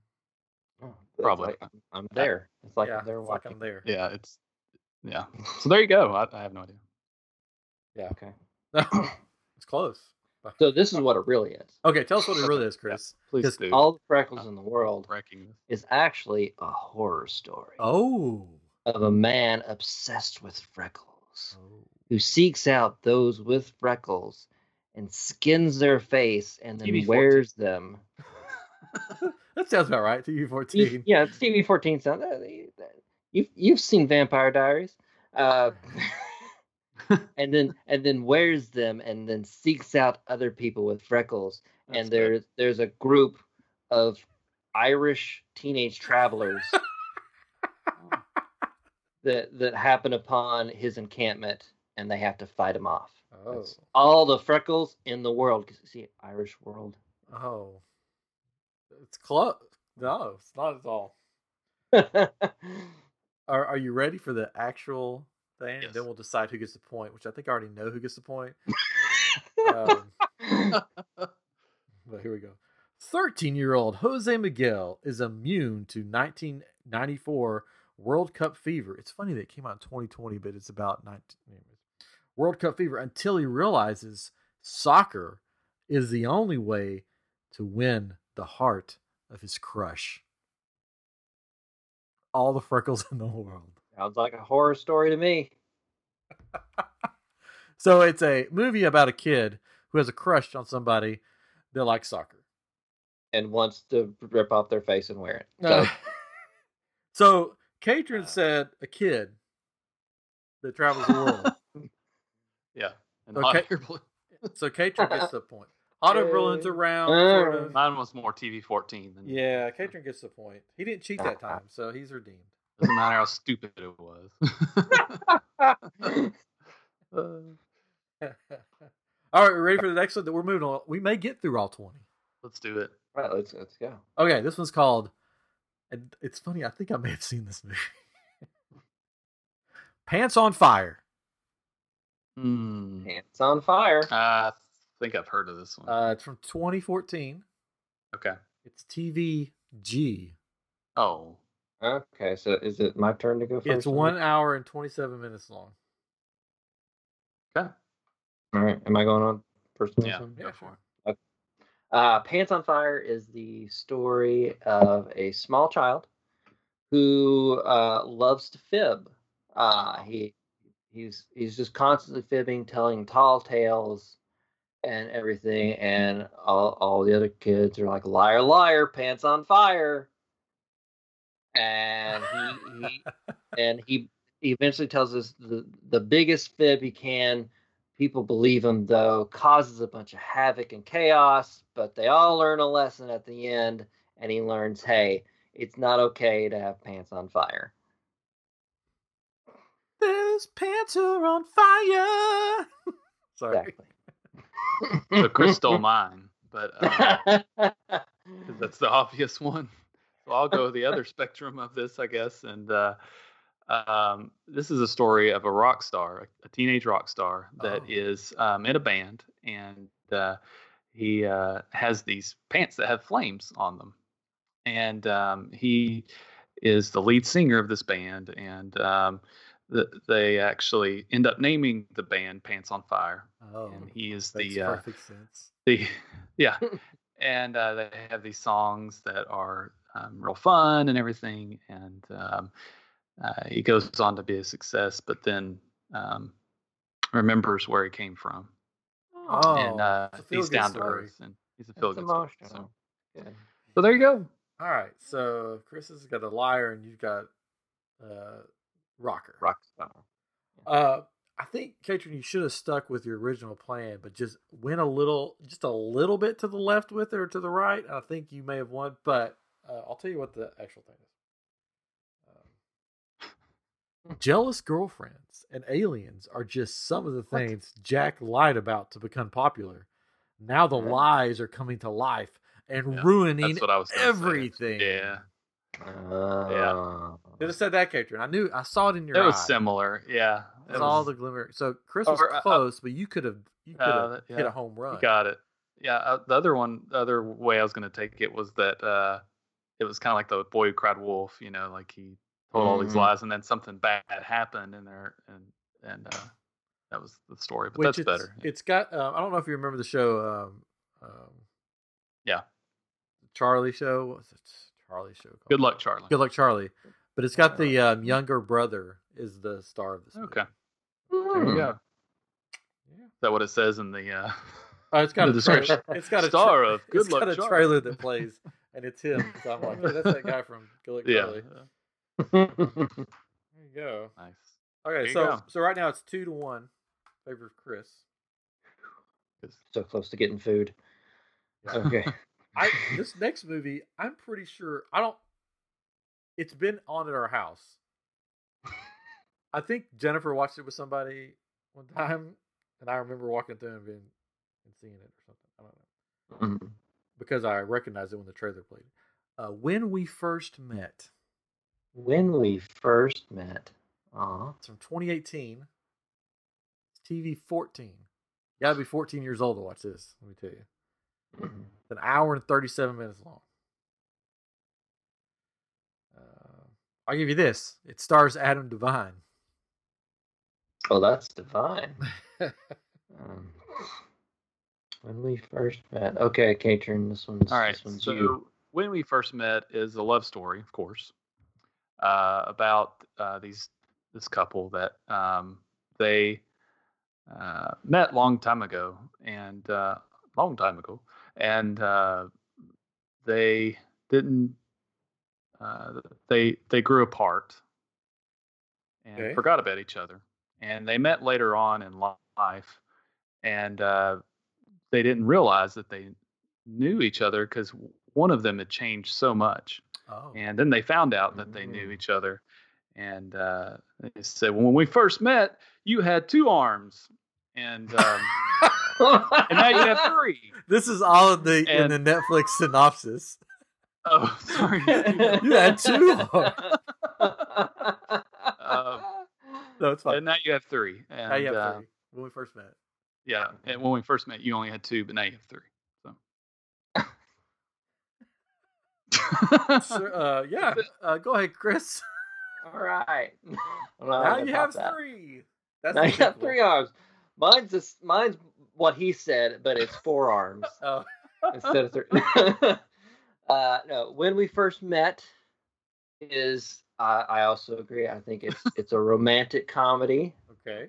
Oh, it's
Probably.
like I'm- I'm there. It's like
yeah,
I'm there
it's like
watching.
I'm there.
Yeah, it's yeah. So there you go. I, I have no idea.
Okay.
it's close.
So this is what it really is.
Okay, tell us what it really is, Chris.
Please
Just
do.
All the
Uh,
freckles in the world
wrecking this.
is actually a horror story
Oh.
of a man obsessed with freckles
Oh.
who seeks out those with freckles and skins their face and then
TV14.
wears them
that sounds about right. TV fourteen.
Yeah, it's TV fourteen. So that- that- you've you've seen Vampire Diaries, uh, and then and then wears them and then seeks out other people with freckles.
That's
and there's there's a group of Irish teenage travelers that that happen upon his encampment, and they have to fight him off.
Oh,
That's all the freckles in the world. 'Cause, See, Irish world.
oh, it's close. No, it's not at all. Are Are you ready for the actual thing?
Yes.
Then we'll decide who gets the point, which I think I already know who gets the point. um, but here we go. 13 year old Jose Miguel is immune to 1994 World Cup fever. It's funny that it came out in 2020, but it's about 19. anyways. World Cup fever until he realizes soccer is the only way to win the heart of his crush. All the freckles in the world.
Sounds like a horror story to me.
So it's a movie about a kid who has a crush on somebody that likes soccer.
And wants to rip off their face and wear it. So,
Uh, so Katrin said a kid that travels the world.
Yeah. And
Okay.
Hot Air Balloon.
so Katrin gets the point. Otto Berlin's around. Sort of.
Mine was more TV 14 than
Yeah, Katrin gets the point. He didn't cheat that time, so he's redeemed.
Doesn't matter how stupid it was. Uh,
all right, we're ready for the next one. That we're moving on. We may get through all twenty.
let's do it.
right, let's let's go.
Okay, this one's called. And it's funny. I think I may have seen this movie. Pants on fire.
Hmm.
Pants on fire.
I think I've heard of this one.
Uh, it's from 2014.
okay.
It's TVG.
Oh,
Okay, so is it my turn to go first?
It's one hour and 27 minutes long.
okay.
All right. Am I going on first? on this
Yeah,
one?
go for it.
Uh, Pants on Fire is the story of a small child who uh, loves to fib. Uh, he he's he's just constantly fibbing, telling tall tales, and everything. And all all the other kids are like liar, liar, pants on fire. And he, he and he eventually tells us the the biggest fib he can people believe him though causes a bunch of havoc and chaos but they all learn a lesson at the end and he learns hey it's not okay to have pants on fire
Those pants are on fire. Sorry.
exactly
So Chris stole mine, but uh, 'cause that's the obvious one. So I'll go the other spectrum of this, I guess. And uh, um, this is a story of a rock star, a teenage rock star that
Oh.
is um, in a band, and uh, he uh, has these pants that have flames on them, and um, he is the lead singer of this band, and um, th- they actually end up naming the band Pants on Fire,
Oh,
and he is
makes
the uh,
perfect sense.
the yeah and uh, they have these songs that are um, real fun and everything and um, uh, he goes on to be a success but then um, remembers where he came from
Oh,
and uh,
it's a
he's
feel-good
down to
story.
earth and he's a feel
That's
good
emotional
so.
Yeah.
so there you go
All right, so Chris has got a liar, and you've got uh, rocker.
rock star
Uh, I think, Katrin, you should have stuck with your original plan, but just went a little, just a little bit to the left with it or to the right. and I think you may have won, but uh, I'll tell you what the actual thing is. Um, jealous girlfriends and aliens are just some of the
What?
things Jack lied about to become popular. Now the
Yeah.
lies are coming to life and
Yeah,
ruining
that's what i was gonna say.
everything.
yeah
Uh,
Did have said that, Katrin. I knew, I saw it in your
it
eye.
was similar yeah
That's
it
all
was,
the glimmer. So Chris was
Or, uh, uh,
close, but you could have you could have
uh,
hit
yeah.
a home run.
You got it. Yeah. Uh, the other one, the other way I was going to take it was that uh, it was kind of like the boy who cried wolf. You know, like he told all
Mm-hmm.
these
Mhm.
lies, and then something bad happened, and there, and and uh, that was the story. But that's
it's,
better.
It's got. Um, I don't know if you remember the show. Um, um,
Yeah.
Charlie show. What was it? Charlie show. called?
Good luck, Charlie.
Good luck, Charlie. But it's got the um, younger brother is the star of this. movie.
Okay. There
hmm.
you go. Is
Yeah.
that what it says in the? Uh,
Uh, it's got
The
a trailer.
description.
It's got a
Star
tra-
of Good
it's
Luck
got a
Charlie.
trailer that plays and it's him. So I'm like, "Oh, that's that guy from Kill It
Yeah. Oh,
Curly.
Oh.
There you go.
Nice. There
Okay,
you
so
go.
so right now it's two to one, favor of Chris.
so close to getting food. Okay.
I this next movie, I'm pretty sure I don't. It's been on at our house. I think Jennifer watched it with somebody one time, and I remember walking through and being and seeing it or something. I don't know
Mhm.
because I recognized it when the trailer played. Uh, when we first met,
when we first met, aw,
it's from 2018, it's TV 14. You gotta be 14 years old to watch this. Let me tell you, it's an hour and 37 minutes long. Uh, I'll give you this. It stars Adam Devine.
oh, that's divine. Um, when we first met. Okay, Katrin, this one's
All right.
This one's
So
you.
when we first met is a love story, of course, uh, about uh, these this couple that um, they uh, met long time ago and uh, long time ago, and uh, they didn't uh, they they grew apart and
Okay.
forgot about each other, and they met later on in life, and uh, they didn't realize that they knew each other because one of them had changed so much.
Oh,
And then they found out that they knew
Mm.
each other. And uh, they said, When we first met, you had two arms. And, um, and now you have three.
this is all in the
And-
in the Netflix synopsis.
Oh, sorry.
You had two arms. Um, No, it's fine.
and now you have three. And,
now you have
uh,
three. When we first met,
yeah. And when we first met, you only had two, but now you have three. So.
Sure, uh, yeah. Uh, go ahead, Chris.
All right. I'm not
Now
gonna
you
top
have
that.
three. That's
Now
the
you have
sequel.
three arms. Mine's a, mine's what he said, but it's four arms
Oh,
instead of three. uh, no, when we first met is I I also agree. I think it's it's a romantic comedy
okay.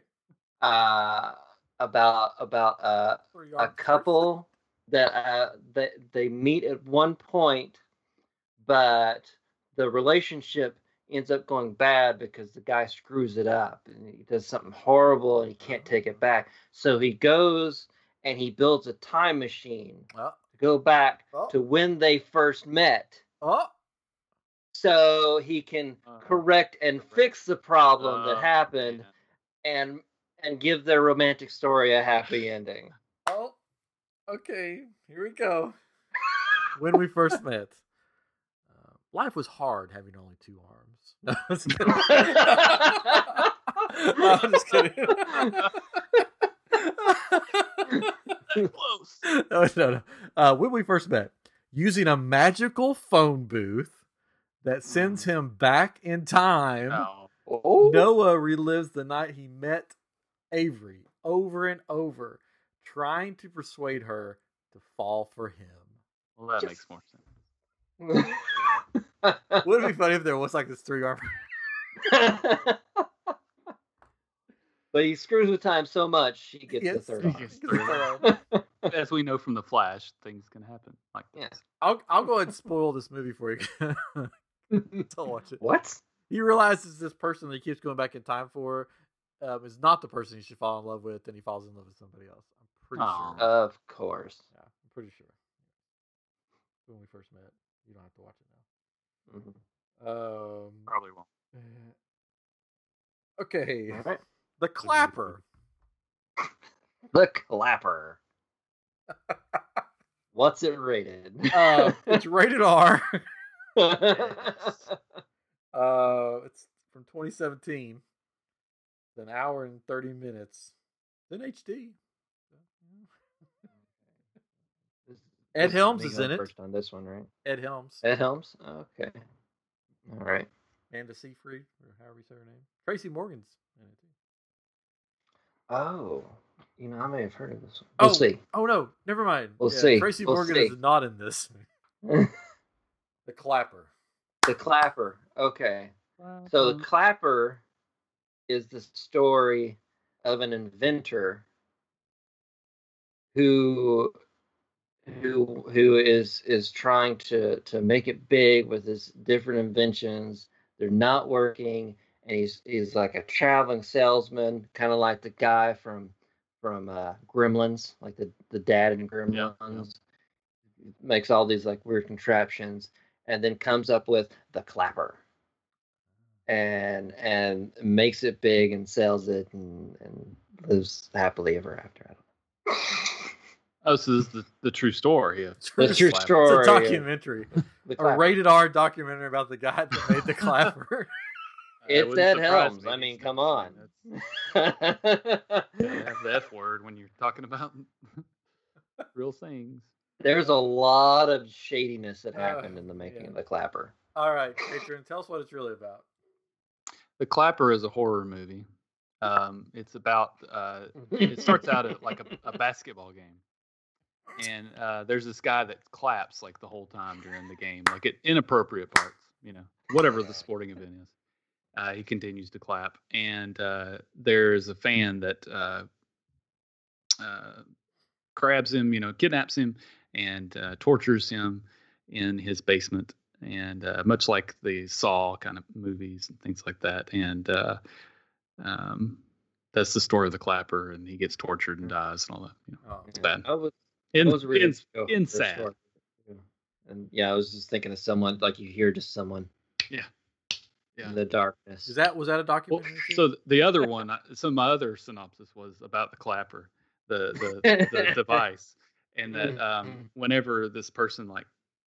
uh, about about uh,
Three
a
arms.
couple that uh, that they meet at one point, but the relationship ends up going bad because the guy screws it up and he does something horrible and he can't take it back. So he goes and he builds a time machine
Oh,
to go back
oh,
to when they first met,
oh.
so he can
Uh,
correct and fix the problem
oh,
that happened
man.
and and give their romantic story a happy ending.
Oh, okay. Here we go. when we first met, uh, life was hard having only two arms. No, I'm just kidding. No, I'm just kidding.
Close.
no, no, no. Uh, when we first met, using a magical phone booth that sends him back in time.
No.
Oh,
Noah relives the night he met Avery over and over, trying to persuade her to fall for him.
Well, that
Just-
makes more sense.
Wouldn't it be funny if there was like this three arm?
but he screws with time so much she
Yes.
gets the third
he arm.
one.
gets
Yes,
third
third arm.
as we know from the Flash, things can happen like
Yeah.
this.
I'll I'll go ahead and spoil this movie for you. Don't watch it.
What?
He realizes this person that he keeps going back in time for um, is not the person he should fall in love with, and he falls in love with somebody else. I'm pretty
Aw.
sure.
Of course.
yeah, I'm pretty sure. When we first met, you don't have to watch it now.
Mhm.
Um,
Probably won't.
Okay.
All right.
The clapper.
The clapper. What's it rated?
Uh, it's rated R.
Yes.
Uh, it's from 2017. It's an hour and 30 minutes. It's in HD. Ed Helms
me
is
going
in it.
First on this one, right?
Ed Helms.
Ed Helms. Okay. All right.
Amanda Seyfried, or however you say her name. Tracy Morgan's in it. too.
Oh, you know I may have heard of this one.
Oh.
We'll see.
Oh, no. Never mind.
We'll see.
Tracy
We'll
Morgan
see.
is not in this.
the
The clapper.
clapper. Okay.
Oh,
So the clapper is the story of an inventor who who who is is trying to to make it big with his different inventions. They're not working, and he's he's like a traveling salesman, kind of like the guy from from uh, Gremlins, like the the dad in Gremlins. Makes all these like weird contraptions, and then comes up with the clapper, and and makes it big and sells it and and lives happily ever after. I don't know.
Oh, so this is the, the true story. uh, Yeah.
The true
Slap.
story.
It's a documentary,
The
a
clapper.
rated R documentary about the guy that made the clapper.
It's
wouldn't
Ed
surprise
Helms.
me
I
if
mean,
it's
come
not-
on.
That's, gotta have the F word when you're talking about real things.
There's a lot of shadiness that
Uh,
happened in the making
yeah.
of the clapper.
All right, Adrian, tell us what it's really about.
The Clapper is a horror movie. Um, it's about uh,
Mm-hmm.
it starts out at like a, a basketball game, and uh, there's this guy that claps like the whole time during the game, like at inappropriate parts, you know, whatever the sporting event is. Uh, he continues to clap, and uh, there's a fan that uh, uh, grabs him, you know, kidnaps him, and uh, tortures him in his basement. And uh, much like the Saw kind of movies and things like that, and uh, um, that's the story of the clapper, and he gets tortured and dies and all that. You know,
Oh,
it's bad.
I was, I
In,
was reading
in-
the show
in
for
sad.
sure. Yeah. And yeah, I was just thinking of someone like you hear just someone.
Yeah. Yeah.
In the darkness.
is that was that a
well,
documentary? too?
so the other one, I- so my other synopsis was about the clapper, the the, the device, and
Mm,
that um, whenever this person like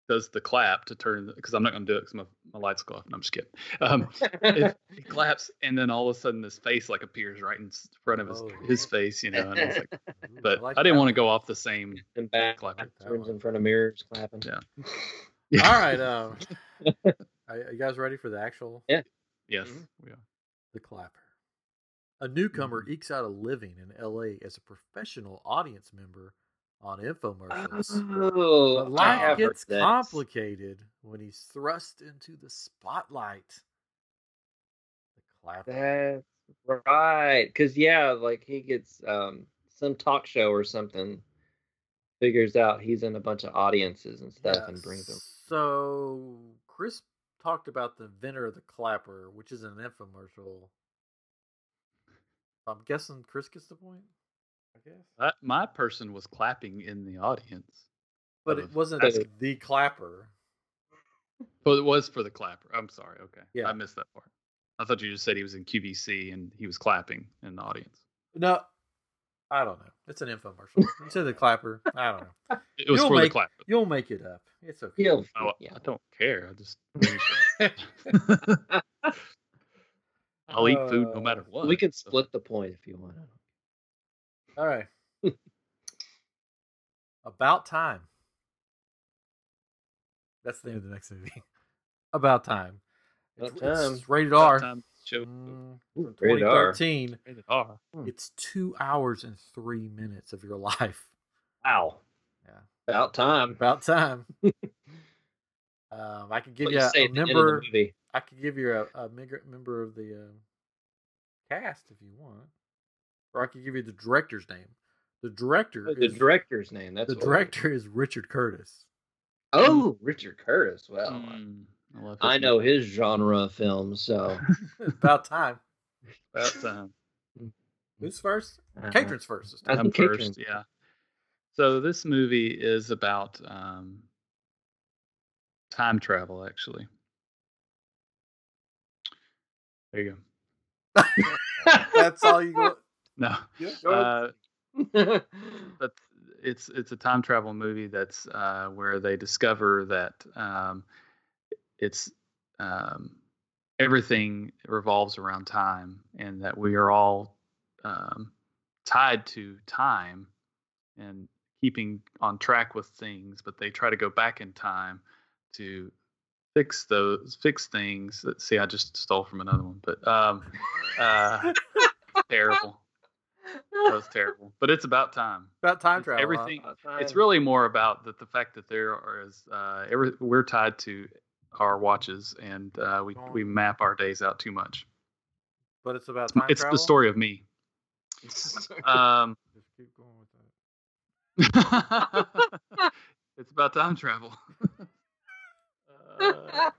does the clap to turn, because I'm not going to do it because my, my lights go off. and I'm just kidding. Um, if he claps, and then all of a sudden this face like appears right in s- front of his,
Oh.
his face, you know. And I was like,
Ooh,
but I,
like
didn't
that Mm-hmm.
want to go off the same
and back
clapper.
turns in front of mirrors clapping.
Yeah.
one. All right, um, are, are you guys ready for the actual
Yes,
Mhm.
we are.
the clapper? A newcomer ekes out a living in L.A. as a professional audience member on infomercials. But
Oh, I
life
have heard
gets
this.
complicated when he's thrust into the spotlight. The clapper.
That's right. Because, yeah, like he gets um, some talk show or something, figures out he's in a bunch of audiences and stuff and brings them.
So Chris talked about the inventor of the clapper, which is an infomercial. I'm guessing Chris gets the point. Uh, I guess,
That, my person was clapping in the audience,
but
that
it
was
wasn't
asking-
the clapper.
but it was for the clapper. I'm sorry. Okay,
Yeah.
I missed that part. I thought you just said he was in QVC and he was clapping in the audience.
No, I don't know. It's an infomercial. you said the clapper. I don't know.
It was
You'll
for
make-
the clapper.
You'll make it up. It's okay.
Yeah,
Oh,
yeah.
I don't care. I just. I'll eat food no matter what.
We can
so-
split the point if you want.
All right. About time. That's the name of the next movie. About time. It's,
About Time.
it's rated
About
R.
time to show
Mm,
Ooh, rated R.
2013.
rated R.
Hmm.
It's two hours and three minutes of your life.
Wow.
Yeah.
About time.
About time. um, I could give
What
you
you say
a
at the end of the
member.
movie.
I could give you a, a mig- member of the um cast if you want, or I could give you the director's name. The director.
Oh, The
is-
director's name. That's
the
what-
director is Richard Curtis.
Oh, Richard Curtis. Well,
Mm, I, love
I
his
know
name.
his genre of films, so.
About
Mm.
time.
About time.
Who's first?
uh,
Catron's first. this time.
I
I'm
think
first.
Adrian's-
Yeah. So this movie is about um, time travel, actually. There you go.
That's all you. Go-
No.
Sure.
Uh, but it's it's a time travel movie that's uh, where they discover that um, it's um, everything revolves around time, and that we are all um, tied to time and keeping on track with things. But they try to go back in time to fix those fix things. Let's see, I just stole from another one, but um, uh, terrible. That was terrible. But it's about time.
about time
It's
travel. huh?
Everything.
Um,
It's really more about the, the fact that there are is uh, every, we're tied to our watches and uh, we we map our days out too much.
but it's about time
it's
travel.
the story of me. Um,
Just keep going with that.
it's about time travel. Uh,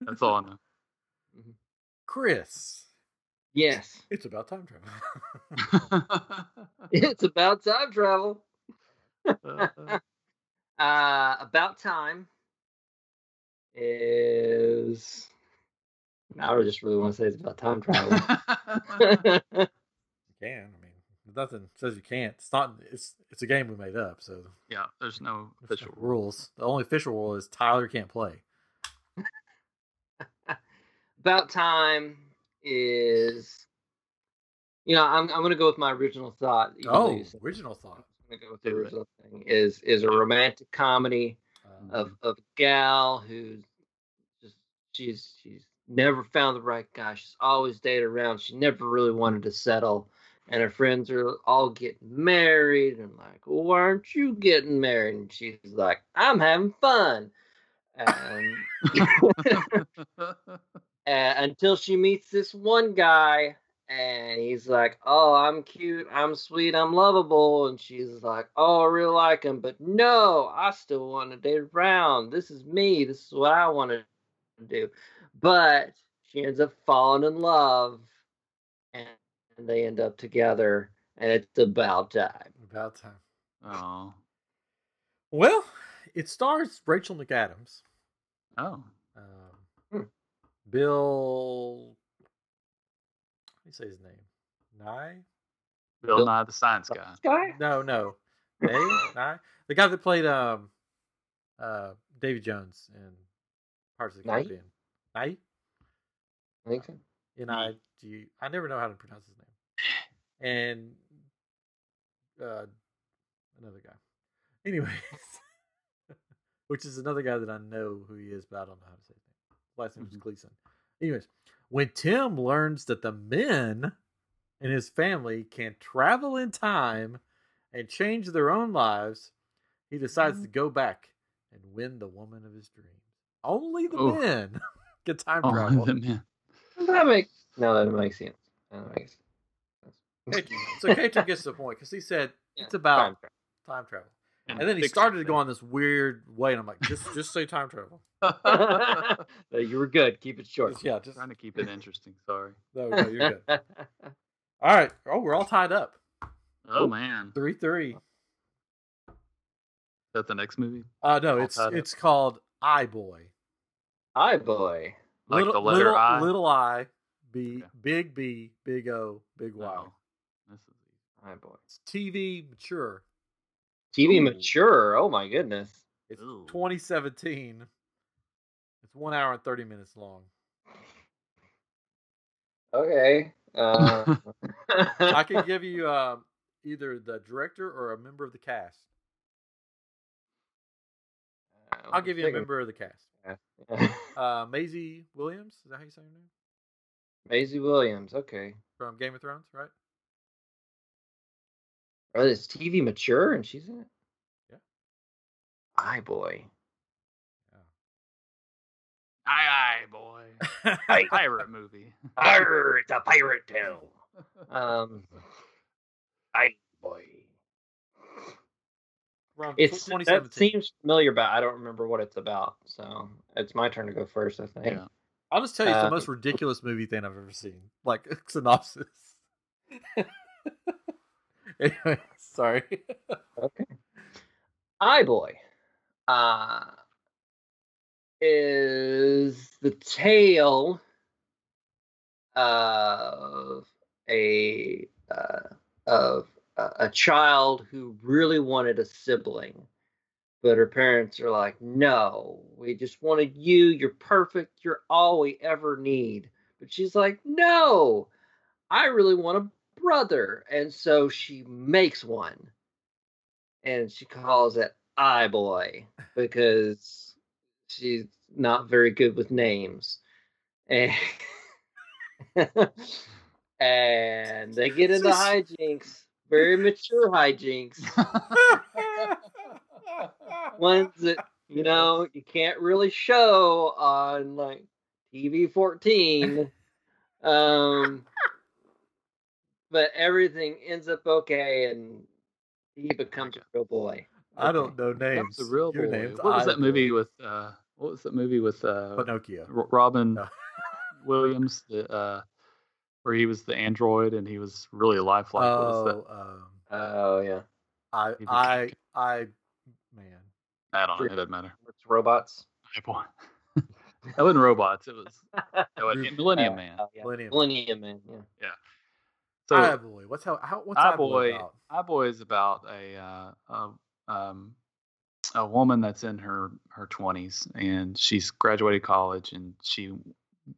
that's all I know.
Chris,
yes,
it's about time travel.
it's about time travel.
Uh,
Uh, about time is. I would just really want to say it's about time travel.
you can. I mean, nothing says you can't. It's not. It's it's a game we made up. So
yeah, there's no
there's
official
no
rule.
rules. The only official rule is Tyler can't play.
about time is. You know, I'm I'm gonna go with my original thought. even though
Oh,
you said-
original thought.
I'm gonna go with the
Do it.
original thing. Is is a romantic comedy.
Um,
of of a gal who's just she's she's never found the right guy. She's always dated around. She never really wanted to settle. And her friends are all getting married and like, why aren't you getting married? And she's like, I'm having fun. And uh, until she meets this one guy and he's like oh i'm cute i'm sweet i'm lovable and she's like oh i really like him but no i still want to date around this is me this is what i want to do but she ends up falling in love and and they end up together and it's about time
about time.
oh,
Well, it stars Rachel McAdams,
oh,
um,
Hmm.
Bill. Let me say his name. Nye?
Bill Nye the Science Guy.
Sky?
No, no. Nay? Nye? The guy that played um, uh, Davy Jones in Parts of the
Nye?
Caribbean. Nye?
I think so.
N I G. I never know how to pronounce his name. And uh, another guy. Anyways, which is another guy that I know who he is, but I don't know how to say his name. Last name is
Mhm.
Gleason. Anyways, when Tim learns that the men in his family can travel in time and change their own lives, he decides to go back and win the woman of his dreams. Only the
Oof.
men can time
Oh,
travel.
the man.
that makes no that makes sense that makes sense
K- so K2 gets to the point because he said it's
Time
about
travel.
time travel,
Mm,
and then he started to go on this weird way, and I'm like, just just say time travel.
on.
No, you were good keep it short
Just- yeah, just
Trying to keep it interesting. Sorry.
no, no, you're good. All right, oh, we're all tied up,
Oh
Oh.
man, is
three three.
that the next movie?
Uh, no,
All
it's
tied up.
it's called I Boy.
Hi, boy.
Like
little
the letter
little,
I?
little I, B,
Okay.
big B, big O, big Y.
No. This is
Hi, boy.
It's TV mature.
TV
Ooh.
mature. Oh my goodness.
It's
Ooh.
2017. It's one hour and thirty minutes long.
Okay. Uh,
I can give you uh, either the director or a member of the cast. I'll give you a member of the cast.
member.
Uh, Maisie Williams, is that how you say her name?
Maisie Williams. Okay.
From Game of Thrones, right?
Oh, is TV mature and she's in it?
Yeah.
Hi, boy.
Aye, aye, boy.
Aye.
Pirate movie.
Arr, it's a pirate tale. Um, hi, boy.
From
It's that
2017.
seems familiar, but I don't remember what it's about. So it's my turn to go first. I think.
Yeah.
I'll just tell you, it's the
uh,
most ridiculous movie thing I've ever seen. Like synopsis. anyway, sorry.
Okay. I boy uh, is the tale of a uh, of a, a child who really wanted a sibling, but her parents are like, "No, we just wanted you. You're perfect. You're all we ever need." But she's like, "No, I really want a brother," and so she makes one and she calls it I Boy because she's not very good with names. And, and they get into hijinks, very mature hijinks, ones that you know you can't really show on like TV fourteen. Um, but everything ends up okay, and He becomes a real boy.
I don't know
That
names.
was a real
Your
boy.
names,
What was
I
that
know.
movie with? Uh, what was that movie with? Uh,
Pinocchio.
R- Robin
No.
Williams, the, uh, where he was the android and he was really lifelike. What was that?
oh, um,
Oh yeah,
I,
Maybe.
I, I, man,
I don't know.
Sure.
It doesn't matter.
it's robots.
Hey, boy. that wasn't robots. It was that was
Roof.
Millennium
Uh,
Man.
oh, yeah.
Millennium.
Millennium Man. Yeah.
So
Eye boy. What's how? how what's
Eye
Eye boy?
Boy-
about?
My Boy is about a, uh, a um, a woman that's in her her twenties and she's graduated college and she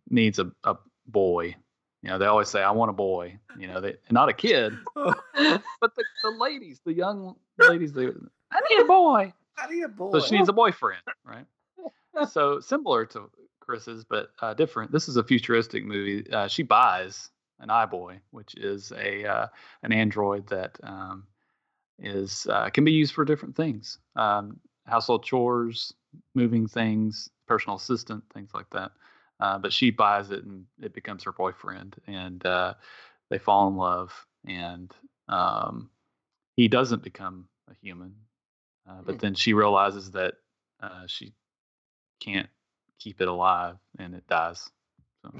needs a, a boy. You know, they always say, "I want a boy." You know, they not a kid, but the, the ladies, the young ladies, they I need a boy.
I need a boy.
So she needs a boyfriend, right? So similar to Chris's, but uh, different. This is a futuristic movie. Uh, she buys an iBoy, which is a uh, an android that um, is uh, can be used for different things: um, household chores, moving things, personal assistant, things like that. Uh, but she buys it, and it becomes her boyfriend, and uh, they fall in love. And um, he doesn't become a human, uh, but
Hmm.
then she realizes that uh, she can't keep it alive, and it dies. So,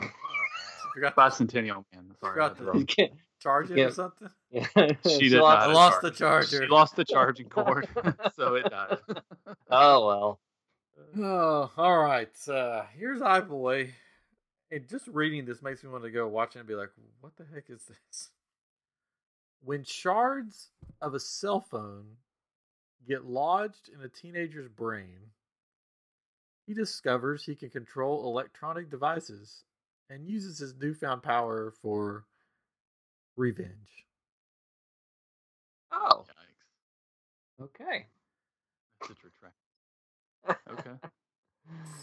forgot to
Bicentennial Man. Sorry,
Forgot
that's
to-
wrong.
Yeah.
charge it
Yeah.
or something.
Yeah.
She
She
did
lost-
not.
I lost the
She
charger.
lost the charging cord, so it died.
Oh well.
Oh, all right. Uh, here's Eye boy. And just reading this makes me want to go watch it and be like, "What the heck is this?" When shards of a cell phone get lodged in a teenager's brain, he discovers he can control electronic devices and uses his newfound power for revenge.
Oh,
Yikes.
okay.
That's a retract. Okay.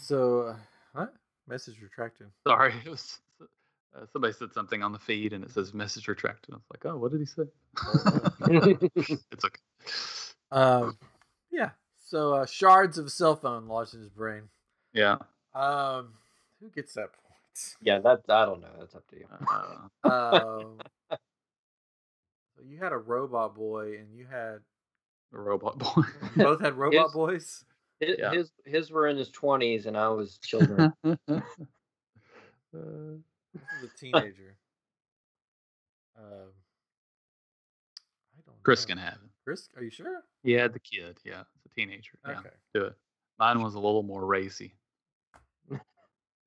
So, uh, what? Message retracted.
Sorry, it was uh, somebody said something on the feed and it says message retracted. I was like, oh, what did he say? it's okay.
Um, yeah. So uh, shards of a cell phone lodged in his brain.
Yeah.
Um, who gets that point?
yeah, that's I don't know. That's up to you.
Uh,
Um, so you had a robot boy, and you had
the robot boy.
you both had robot
His-
boys.
His,
Yeah.
his his were in his twenties, and I was children.
Uh,
This is a teenager. um, I don't.
Chris
know.
can have it.
Chris, are you sure?
He had the kid. Yeah, it's a teenager. Yeah,
Okay.
do it. Mine was a little more racy.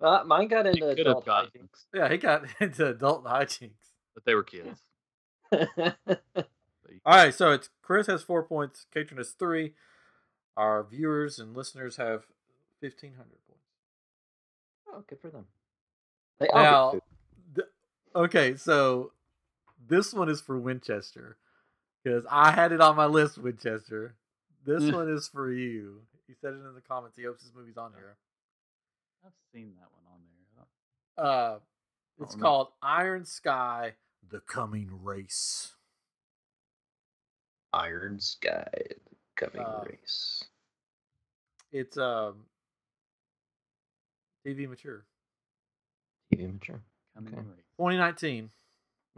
uh, mine got
He
into
could have
adult
got,
hijinks.
Yeah, he got into adult hijinks.
but they were kids. So you-
All right, so it's Chris has four points, Katrin has three. Our viewers and listeners have fifteen hundred points.
oh, good for them. They all get
Now,
food.
th- okay, so this one is for Winchester because I had it on my list, Winchester. This
Mm.
one is for you. He said it in the comments. He hopes this movie's on here.
I've seen that one on there.
Uh, it's
Oh, no.
called Iron Sky: The Coming Race.
Iron Sky coming
Uh,
race.
It's um TV mature,
TV mature.
Coming
Okay.
in late.
2019.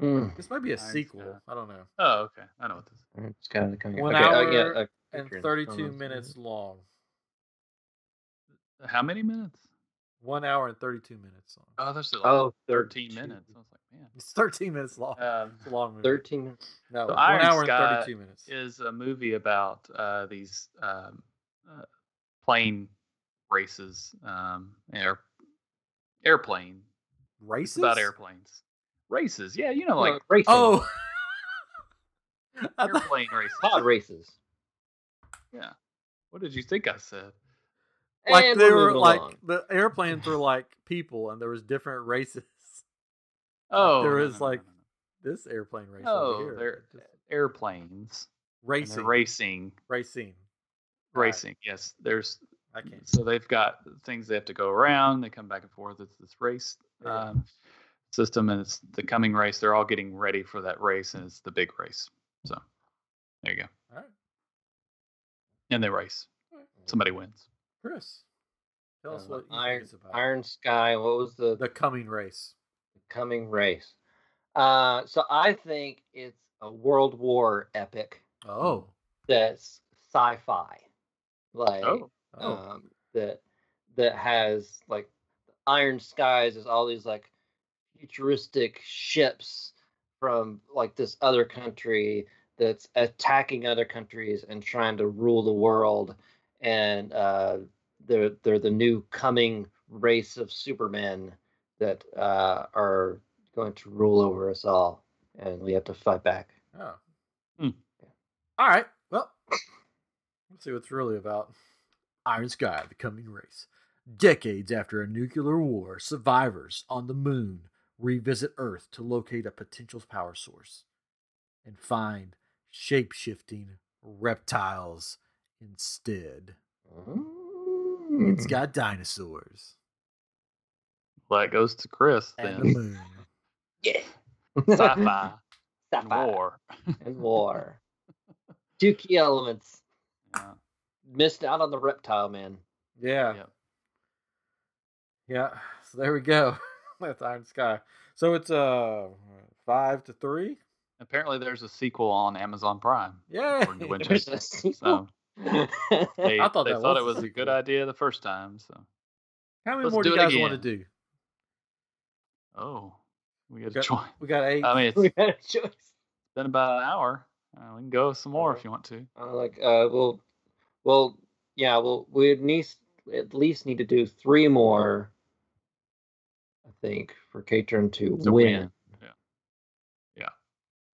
Mm.
This might be a
Iron
sequel.
Sky.
I don't know.
Oh, okay. I know what this is.
Iron Sky the coming
One
okay, uh, yeah,
hour
uh,
And
Patreon.
32
Um,
minutes long.
How many minutes?
One hour and 32 minutes long.
Oh, there's like
Oh,
13
32.
minutes. I was like, man.
It's 13 minutes long.
Um,
It's a long movie.
13 minutes.
No,
So
one
Iron
hour
Sky
and 32 minutes.
is a movie about uh, these um, uh, plane races, um, air airplane. It's
Races?
about airplanes. Races, yeah, you know,
Like,
like
racing.
Oh. I thought-
airplane races.
pod races.
What did you think I said?
like
And
they
we'll
were
move
like
along.
the airplanes were like people and there was different races.
Oh,
there
no,
is,
no, no,
like,
no, no.
This airplane race
Oh,
over here.
they're airplanes. and they're
racing.
racing,
racing. All right,
racing. Yes, there's
I can't.
so they've got things they have to go around. They come back and forth. It's this race
Yeah.
um, system, and it's the coming race. They're all getting ready for that race, and it's the big race. So there you go.
All right.
And they race. Somebody wins.
Chris, tell us
Uh,
what you
Iron-
think it's about.
Iron Sky. What was the,
The coming race.
coming race? Uh, so I think it's a World War epic.
Oh,
that's sci-fi, like
Oh,
Oh,
um, that that has like Iron Skies is all these like futuristic ships from like this other country that's attacking other countries and trying to rule the world, and uh, they're they're the new coming race of supermen that uh, are going to rule over us all, and we have to fight back.
oh.
Hmm.
All right. Well, let's see what's really about. Iron Sky, the coming race. Decades after a nuclear war, survivors on the moon revisit Earth to locate a potential power source and find shape shifting reptiles instead.
Hmm.
It's got dinosaurs
well, that goes to Chris
and the
then.
moon.
yeah.
Sci-fi and
Sci-fi.
war.
and war. Two key elements.
Yeah.
Missed out on the reptile man.
Yeah.
Yep.
Yeah. So there we go. That's Iron Sky. So it's uh five to three.
Apparently, there's a sequel on Amazon Prime.
Yeah.
according to
There's
Winchester.
a sequel.
So they,
I thought
they
that
thought
was
it
a
was a
sequel.
good idea the first time. So,
How many
Let's
more do
do
you
it
guys want to
again.
do?
oh, we got
Go-
a choice.
We got eight.
I mean,
we
it's
had a choice.
been about an hour. Uh, we can go some more if
Okay.
you want to.
Uh, like, uh, well, well, yeah, well, we at least at least need to do three more. I think for Catron to,
To
win.
win.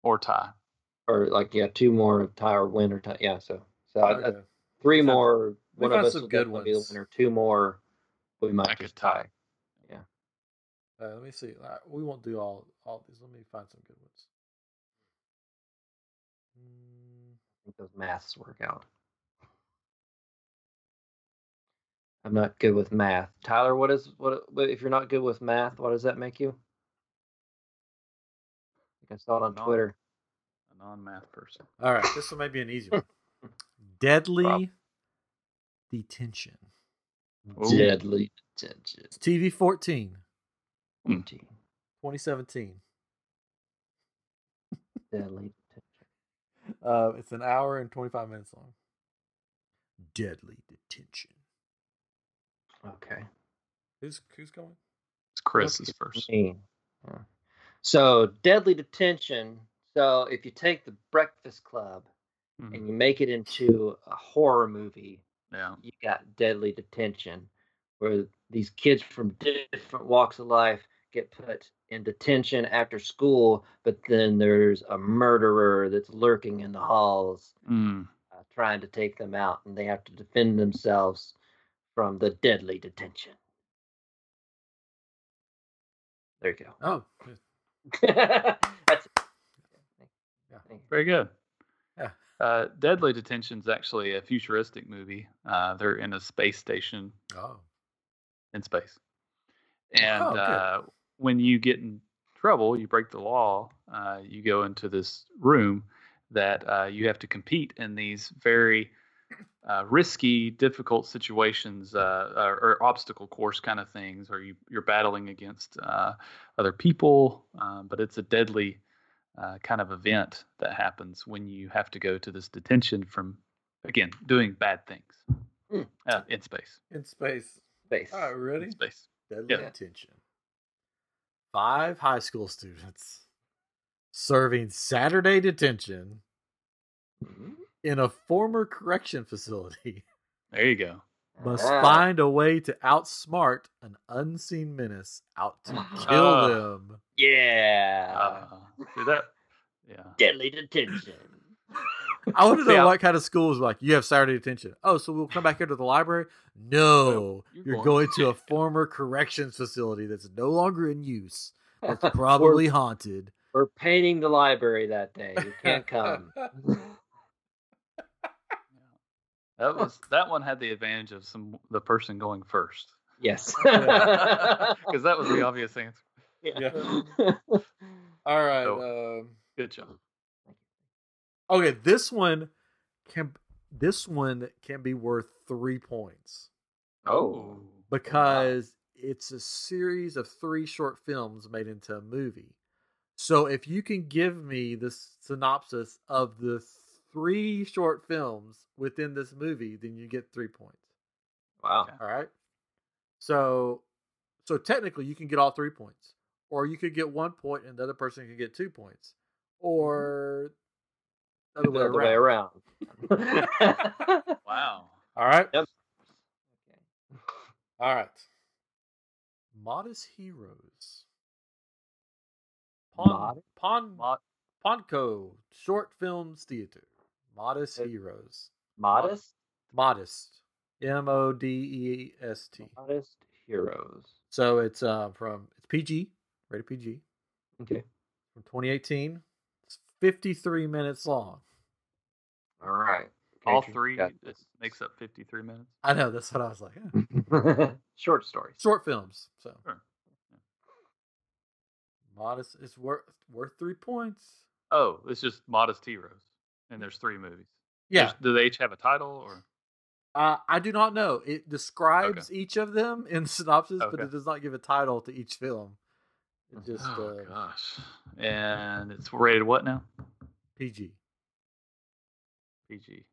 Or tie.
or like yeah, two more tie or win or tie. Yeah, so so I, I,
Okay.
three
We've had-
more.
we've
One of
had
us
some
will
good
definitely be the
ones.
winner. Two more, we might
I
just
could tie.
Uh, let me see. Uh, we won't do all all these. Let me find some good ones. Mm,
think those maths work out. I'm not good with math. Tyler, what is what what- if you're not good with math, what does that make you? I think I saw it on
No.
Twitter.
A non math person.
All right, this one may be an easy one. Deadly
Prob-
detention.
Ooh.
Deadly detention.
It's TV 14,
Hmm.
Gee,
2017.
Deadly detention.
Uh, it's an hour and 25 minutes long. Deadly detention.
Okay.
Who's who's going?
It's Chris's first.
Mean. Yeah. So deadly detention. So if you take the Breakfast Club
Mhm.
and you make it into a horror movie,
Yeah.
you got deadly detention, where these kids from different walks of life get put in detention after school, but then there's a murderer that's lurking in the halls
Mm.
uh, trying to take them out, and they have to defend themselves from the deadly detention. There you
Oh,
go. that's
Yeah.
Very good.
Yeah.
Uh, Deadly Detention is actually a futuristic movie. Uh, they're in a space station
oh,
in space. And
Oh, good.
uh, when you get in trouble, you break the law, uh, you go into this room that uh, you have to compete in these very uh, risky, difficult situations uh, or, or obstacle course kind of things, or you, you're battling against uh, other people. Um, but it's a deadly uh, kind of event that happens when you have to go to this detention from, again, doing bad things
Hmm.
uh, in space.
in space.
space.
All right, ready?
In space.
Deadly
Yeah.
detention. Five high school students serving Saturday detention
Mm-hmm.
in a former correction facility
There you go.
must
Ah.
find a way to outsmart an unseen menace out to kill
Ah.
them.
Yeah.
Ah,
Uh, see that? Yeah.
deadly detention.
I want to know
Yeah.
what kind of schools like you have Saturday detention. Oh, so we'll come back here to the library. No,
Well,
you're,
you're
going,
going
to a former corrections facility that's no longer in use. That's probably haunted.
We're painting the library that day. You can't come.
That was that one had the advantage of some the person going first
yes.
Yeah. because that was the obvious answer.
Yeah. All right. um,
Good job.
Okay, this one can this one can be worth three points
Oh.
because it's a series of three short films made into a movie. So if you can give me the synopsis of the three short films within this movie, then you get three points.
Wow.
All right. So, so technically, you can get all three points, or you could get one point, and the other person can get two points, or the other
The
way
other
around.
way around. okay.
Wow.
All right.
Yep.
All right. Modest heroes. Pon,
Mod-
pon,
Mod-
Ponco short films theater. Modest
Uh,
heroes.
Modest,
Modest. M O D E S T.
modest heroes.
So it's uh, from it's PG, rated PG,
Okay.
from 2018. It's 53 minutes long.
All right. Okay,
All
Drew,
three
got
this makes up 53 minutes.
I know that's what I was like. eh.
this. Short stories.
Short films. So
Sure.
modest. It's worth worth three points.
Oh, it's just Modest Heroes. And there's three movies.
Yeah,
There's- do they each have a title or?
Uh, I do not know. It describes each of them in synopsis, but
Okay.
it does not give a title to each film. It just
oh,
uh,
gosh. And it's rated what now?
PG.
PG.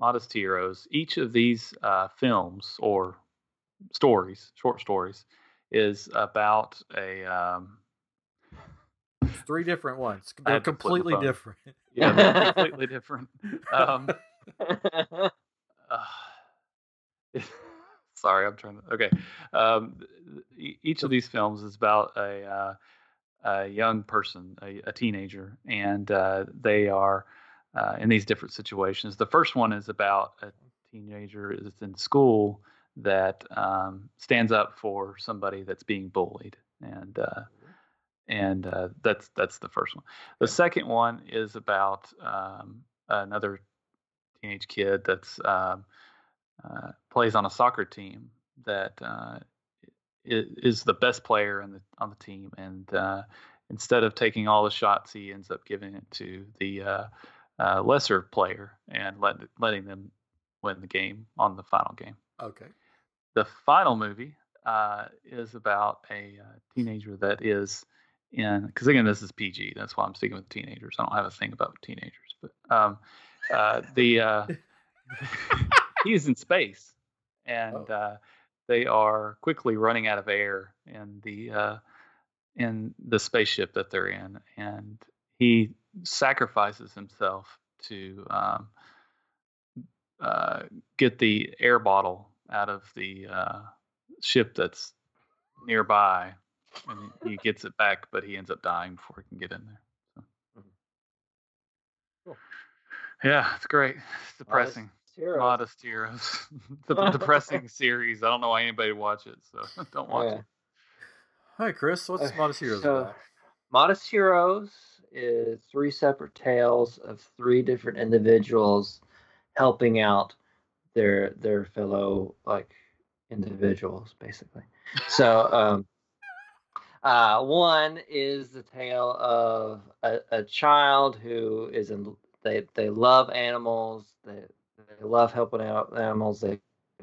Modest Heroes. Each of these uh, films or stories, short stories, is about a. Um,
It's three different ones.
I
They're
had to flip my
completely
phone.
different.
yeah, they're completely different. Um, uh, sorry, I'm trying to. Okay, um, e- each of these films is about a uh, a young person, a, a teenager, and uh, they are uh, in these different situations. The first one is about a teenager that's in school that um, stands up for somebody that's being bullied, and uh, and uh, that's that's the first one. The second one is about um, another teenage kid that's um, uh, plays on a soccer team that uh, i- is the best player on the on the team, and uh, instead of taking all the shots, he ends up giving it to the uh, uh, lesser player and let, letting them win the game on the final game.
Okay.
The final movie uh, is about a uh, teenager that is in because again this is PG. That's why I'm speaking with teenagers. I don't have a thing about teenagers, but um, uh, the uh, he's in space, and
Oh.
uh, they are quickly running out of air in the uh, in the spaceship that they're in, and he sacrifices himself to um, uh, get the air bottle out of the uh, ship that's nearby, and he he gets it back, but he ends up dying before he can get in there. So.
Mm-hmm. Cool.
Yeah, it's great. It's depressing.
Heroes.
Modest Heroes. it's a depressing series. I don't know why anybody would watch it, so don't watch
Yeah.
it.
Hi, Chris. What's
Okay,
Modest Heroes
Uh, so-
about?
Modest Heroes is three separate tales of three different individuals helping out their their fellow like individuals basically. So um uh one is the tale of a, a child who is in they they love animals, they they love helping out animals, they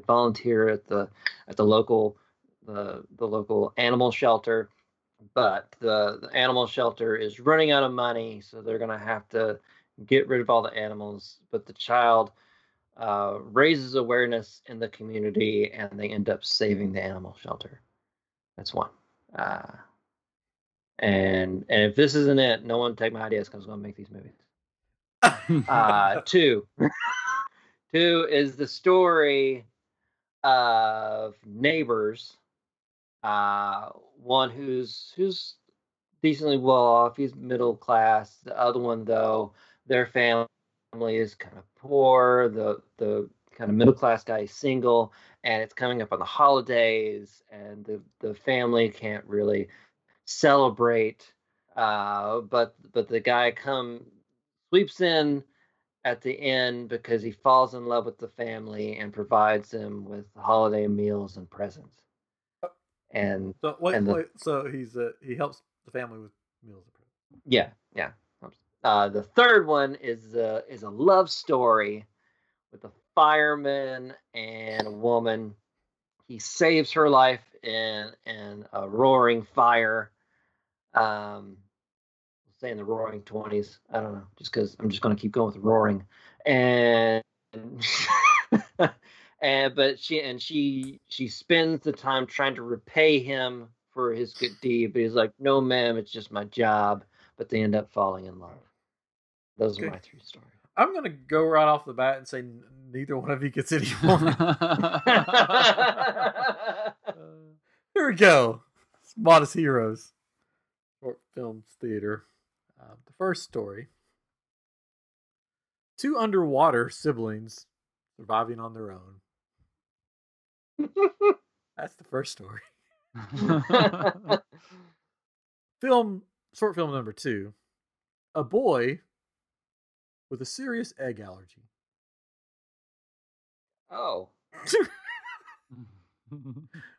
volunteer at the at the local the the local animal shelter but the, the animal shelter is running out of money, so they're going to have to get rid of all the animals. But the child uh, raises awareness in the community, and they end up saving the animal shelter. That's one. Uh, and and if this isn't it, no one take my ideas because I'm going to make these movies. Uh, two, two is the story of neighbors. Uh, one who's who's decently well off. He's middle class. The other one, though, their family is kind of poor. The the kind of middle class guy is single, and it's coming up on the holidays, and the the family can't really celebrate. Uh, but but the guy come sweeps in at the end because he falls in love with the family and provides them with holiday meals and presents. And
So wait,
and the-
wait, so he's uh, he helps the family with meals.
Yeah, yeah. Uh, the third one is a is a love story with a fireman and a woman. He saves her life in in a roaring fire. Um, saying the Roaring Twenties. I don't know, just because I'm just going to keep going with Roaring, and and but she and she she spends the time trying to repay him for his good deed, but he's like, no, ma'am, it's just my job. But they end up falling in love. Those are
Okay.
my three stories.
I'm gonna go right off the bat and say n- neither one of you gets any one. Here we go. It's Modest Heroes, short films theater. Uh, the first story: two underwater siblings surviving on their own. That's the first story. Film short film number two: a boy with a serious egg allergy.
oh,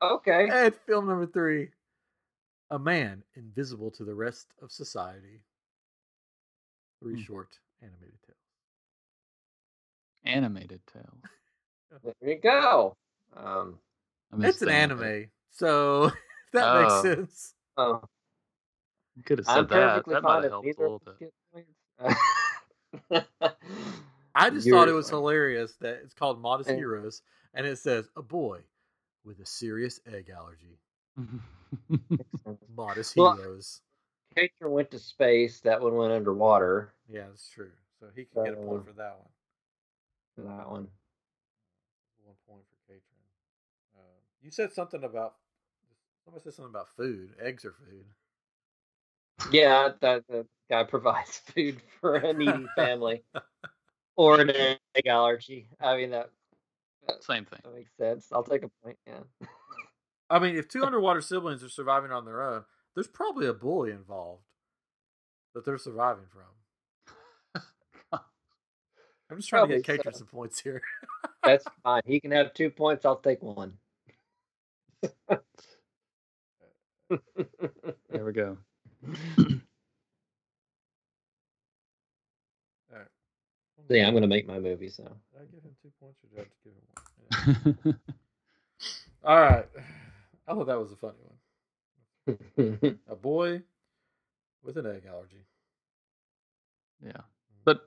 okay.
And film number three: a man invisible to the rest of society. Three
Hmm.
short animated tales.
Animated tale.
There you go. Um,
I missed
It's an
that.
anime, so if that
Oh.
makes sense.
oh,
Could have said
I'm
that.
perfectly
That might
fine
have
if
helped a
neither
little
of
bit.
us get points.
I just thought it
Yours
was
are-
hilarious that it's called Modest
And-
Heroes, and it says a boy with a serious egg allergy. Modest
Well,
Heroes.
Catcher went to space. That one went underwater.
Yeah, that's true. So he can get a point
Uh,
for that one.
for That one.
One point for Catron. Uh, you said something about somebody said something about food. Eggs are food.
Yeah, that the guy provides food for a needy family or an egg allergy. I mean that
Same thing.
that makes sense. I'll take a point. Yeah.
I mean, if two underwater siblings are surviving on their own, there's probably a bully involved that they're surviving from. I'm just trying to get
Probably
Catron
so.
some points here.
That's fine. He can have two points. I'll take one.
There we go.
All right.
yeah, I'm gonna make my movie. So
Did I give him two points or did I have to give him one? Yeah. All right. I thought that was a funny one. A boy with an egg allergy.
yeah. But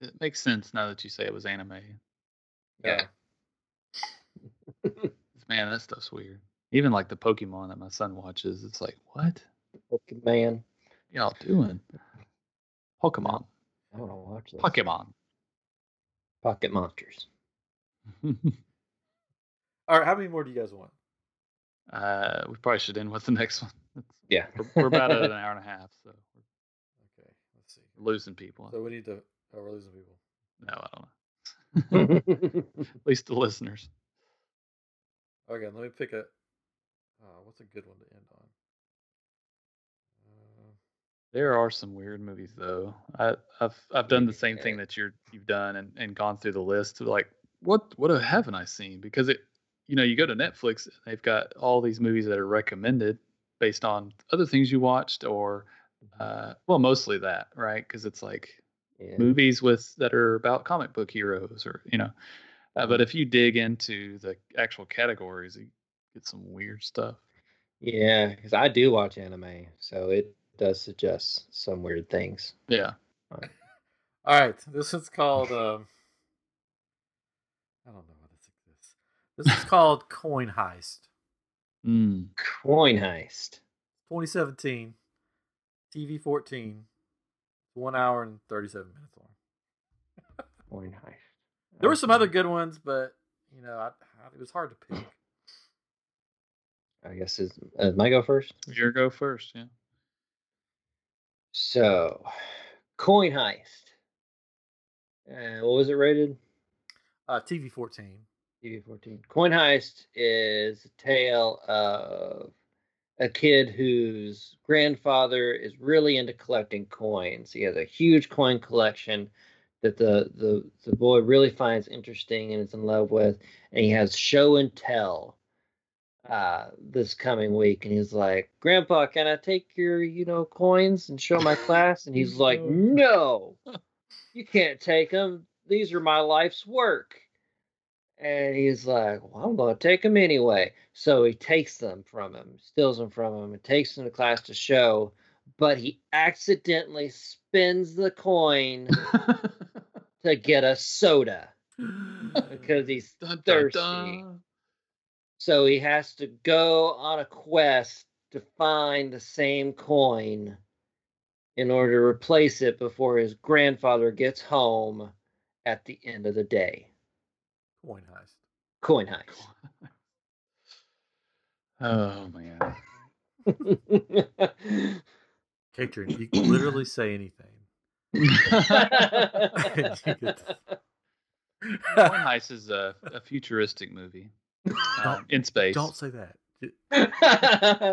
it makes sense now that you say it was anime.
yeah.
Man, that stuff's weird. Even like the Pokemon that my son watches, it's like, what
man.
y'all doing? Pokemon.
I want to watch this.
Pokemon.
Pocket Monsters.
All right. How many more do you guys want?
uh, we probably should end with the next one. It's-
Yeah.
We're, we're about at an hour and a half, so
Okay. Let's see.
we're losing people.
So we need to. Oh, we're losing people.
no, I don't know.
That's
At least the listeners.
Okay. Let me pick a. Uh, what's a good one to end on? Uh,
There are some weird movies though. I, I've I've done the same thing that you're you've done and, and gone through the list to like what what haven't I seen? Because it you know you go to Netflix and they've got all these movies that are recommended based on other things you watched or uh, well mostly that right because it's like movies with that are about comic book heroes or you know uh, but if you dig into the actual categories you get some weird stuff.
Yeah, because I do watch anime, so it does suggest some weird things.
Yeah.
Uh, All right, this is called. Um, I don't know what this is. This is called Coin Heist,
Mm.
Coin heist.
2017, TV 14, one hour and 37 minutes long.
Coin heist.
There were some other good ones, but you know, I, I, it was hard to pick.
I guess is uh, my go first.
Your go first. Yeah.
So, coin heist. Uh, what was it rated?
Uh, TV 14.
TV fourteen. Coin heist is a tale of a kid whose grandfather is really into collecting coins. He has a huge coin collection that the the the boy really finds interesting and is in love with, and he has show and tell uh this coming week and he's like grandpa can i take your you know coins and show my class and he's like no you can't take them these are my life's work and he's like, "Well, I'm going to take them anyway." So he takes them from him, steals them from him, and takes them to class to show but he accidentally spins the coin to get a soda because he's
Dun, dun,
thirsty.
dun.
So he has to go on a quest to find the same coin in order to replace it before his grandfather gets home at the end of the day.
Coin heist.
Coin heist.
Oh man.
Catering, you can literally say anything.
Coin Heist is a, a futuristic movie um,
Don't-
in space.
Don't say that.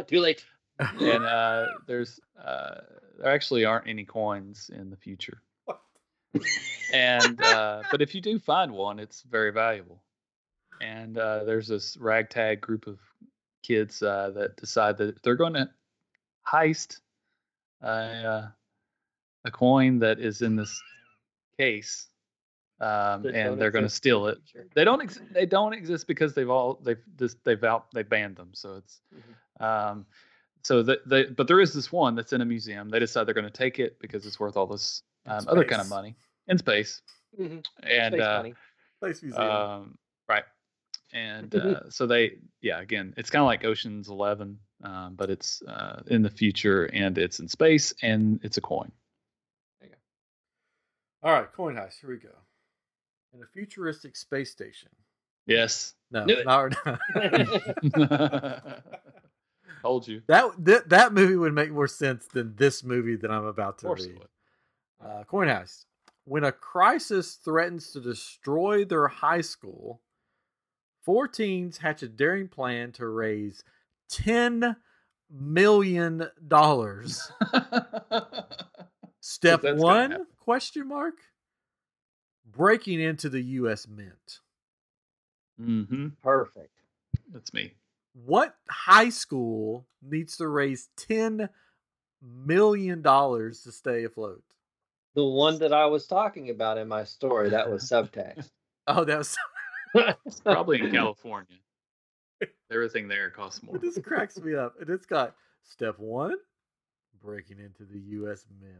Too late.
and uh, there's uh, there actually aren't any coins in the future. and uh, but if you do find one, it's very valuable. And uh, there's this ragtag group of kids uh, that decide that they're going to heist a, uh, a coin that is in this case, um,
That don't
and they're going to
exist.
steal it.
Sure.
They don't ex- they don't exist because they've all they've just they've out they banned them. So it's um so the, the but there is this one that's in a museum. They decide they're going to take it because it's worth all this
In
um, other kind of
space.
money in space.
Mhm.
And
Space
uh,
money.
Place museum.
um, right. And uh, so they, yeah, again, it's kind of like Ocean's Eleven, um, but it's uh, in the future and it's in space and it's a coin.
All right, coin heist. Here we go. In a futuristic space station.
Yes.
No,
Knew it.
not,
Told you.
that th- that movie would make more sense than this movie that I'm about
Of
to
course
read.
it would.
Uh, coin heist. When a crisis threatens to destroy their high school, four teens hatch a daring plan to raise ten million dollars. Step
that's gonna
one?
happen.
Question mark. Breaking into the U.S. Mint.
hmm
Perfect.
That's me.
What high school needs to raise ten million dollars to stay afloat?
The one that I was talking about in my story, that was subtext.
Oh, that was
Probably in California. Everything there costs more.
this cracks me up. And it's got step one, breaking into the U.S. Mint.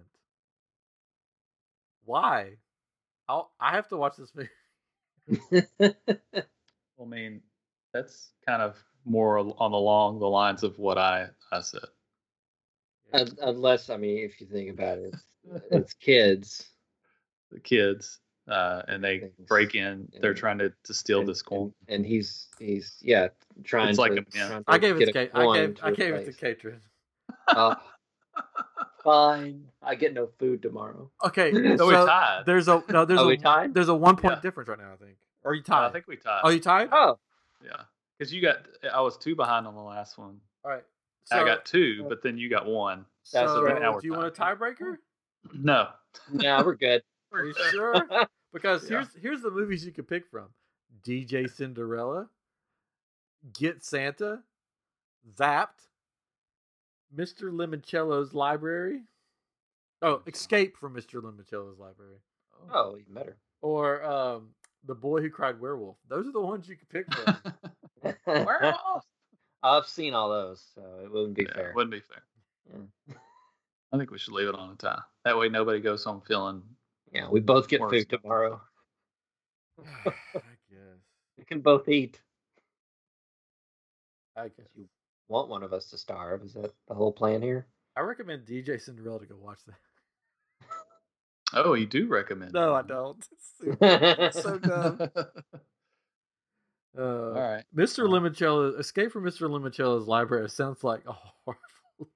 Why? I'll, I have to watch this movie.
I mean, that's kind of more al- on along the lines of what I, I said.
Un- Unless, I mean, if you think about it, it's- it's kids.
The kids, uh, and they
Things.
break in. They're
And-
trying to, to steal
and-
this coin.
And, and he's he's yeah trying
It's
to.
like a- yeah.
trying to
I gave it
get
to
a
Kate. I
coin
gave I gave it to
replace.
Catrin.
Oh, fine, I get no food tomorrow.
Okay,
So we
so
tied.
there's a no. There's
Are
a
we tied?
there's a one point
Yeah.
difference right now. I think. Or you tied?
I think we tied.
Oh, you tied?
Oh,
yeah, because you got. eh, I was two behind on the last one.
All right.
I got two, but then you got one.
That's
uh, so
right.
Now we're
do you want a
tied.
tiebreaker?
No.
nah, we're good.
Are you sure? Because
Yeah.
here's here's the movies you could pick from: DJ Cinderella, Get Santa, Zapped, Mr. Limoncello's Library. Oh, Escape from Mr. Limoncello's Library,
Oh, even better.
or um, The Boy Who Cried Werewolf. Those are the ones you could pick from.
I've seen all those, so it wouldn't be
Yeah,
fair.
Wouldn't be fair.
Mm.
I think we should leave it on a tie. That way, nobody goes home feeling.
Yeah, we both get
Worse.
food tomorrow.
I guess.
We can both eat.
I guess.
You want one of us to starve? Is that the whole plan here?
I recommend DJ Cinderella to go watch that.
Oh, you do recommend?
No,
it,
I
huh?
don't.
so
so dumb. Uh,
All right.
Mr.
All right.
Limoncello, Escape from Mr. Limoncello's Library sounds like a horrible movie.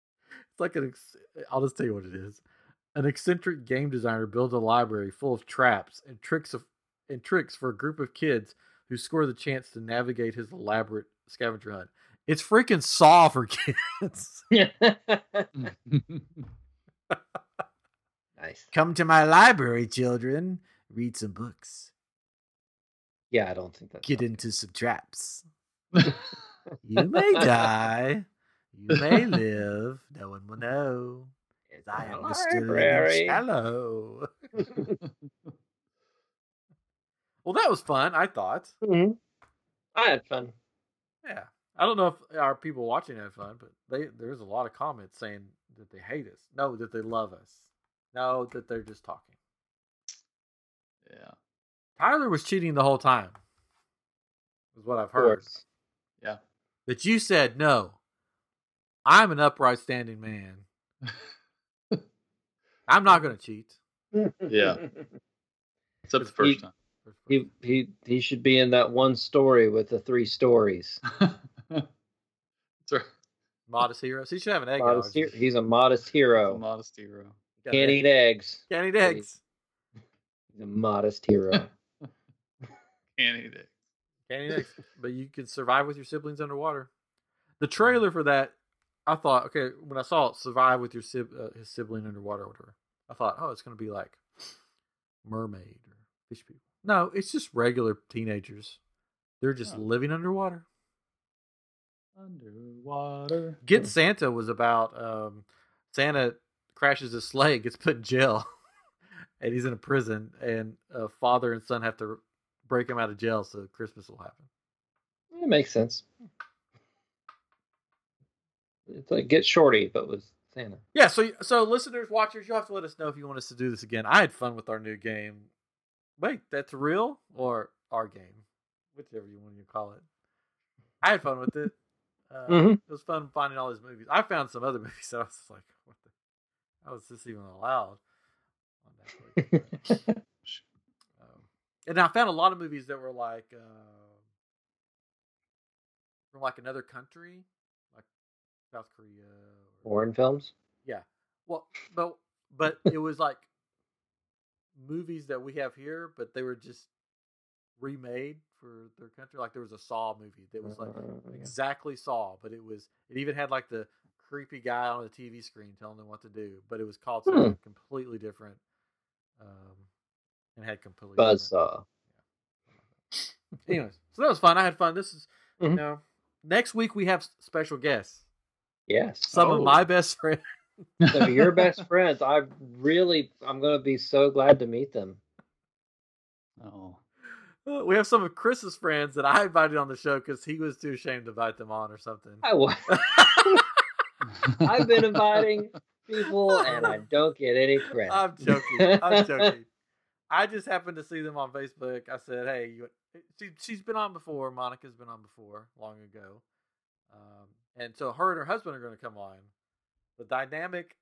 It's like an, ex- I'll just tell you what it is. An eccentric game designer builds a library full of traps and tricks of and tricks for a group of kids who score the chance to navigate his elaborate scavenger hunt. It's freaking Saw for kids.
nice.
Come to my library, children. Read some books.
Yeah, I don't think that's
Get
not-
into some traps. You may die. You may live. No one will know.
It's
I am
a
Mr. Shallow. well, that was fun, I thought.
Mm-hmm. Mhm. I had fun.
Yeah. I don't know if our people watching had fun, but they there's a lot of comments saying that they hate us. No, that they love us. No, that they're just talking.
Yeah.
Tyler was cheating the whole time. Is what I've
Of
heard.
course.
But you said no. I'm an upright standing man. I'm not gonna cheat.
Yeah. Except the first
He- He he he should be in that one story with the three stories.
time. That's right.
Modest heroes. He should have an egg.
Modest he- he's a modest
It's a
hero.
modest hero.
Can't eat eggs.
Can't eat eggs.
He's a modest hero.
Can't eat it.
Can't eat eggs. But you can survive with your siblings underwater. The trailer for that, I thought, okay, when I saw it, survive with your sib- uh, his sibling underwater or whatever, I thought, oh, it's going to be like mermaid or fish people. No, it's just regular teenagers. They're just
Oh.
Huh.
living underwater.
Underwater.
Get Santa was about um, Santa crashes his sleigh, gets put in jail, and he's in a prison, and uh, father and son have to break him out of jail so Christmas will happen.
It makes sense. It's like get shorty, but with Santa.
Yeah, so so listeners, watchers, you'll have to let us know if you want us to do this again. I had fun with our new game. Wait, that's real or our game, whichever you want to call it. I had fun with it. Uh,
Mhm.
It was fun finding all these movies. I found some other movies. that I was just like, what the? How is this even allowed? On Netflix? Uh-huh. Um, and I found a lot of movies that were like uh, from like another country, like South Korea. Or,
Warren films.
well, but but it was like movies that we have here, but they were just remade for their country. Like there was a Saw movie that was like
Uh,
exactly Saw, but it was it even had like the creepy guy on the TV screen telling them what to do, but it was called something completely different. Um, and had completely different-
Buzzsaw.
Anyways, so that was fun. I had fun. This is
Mhm.
you know next week we have s- special guests.
Yes.
Some of
Oh.
my best friends.
So your best friends. I really, I'm gonna be so glad to meet them.
Oh.
We have some of Chris's friends that I invited on the show because he was too ashamed to invite them on or something.
I was. I've been inviting people, and I don't get any credit.
I'm joking. I'm joking. I just happened to see them on Facebook. I said, "Hey, you, she, she's been on before. Monica's been on before, long ago." Um, and so her and her husband are going to come on. The dynamic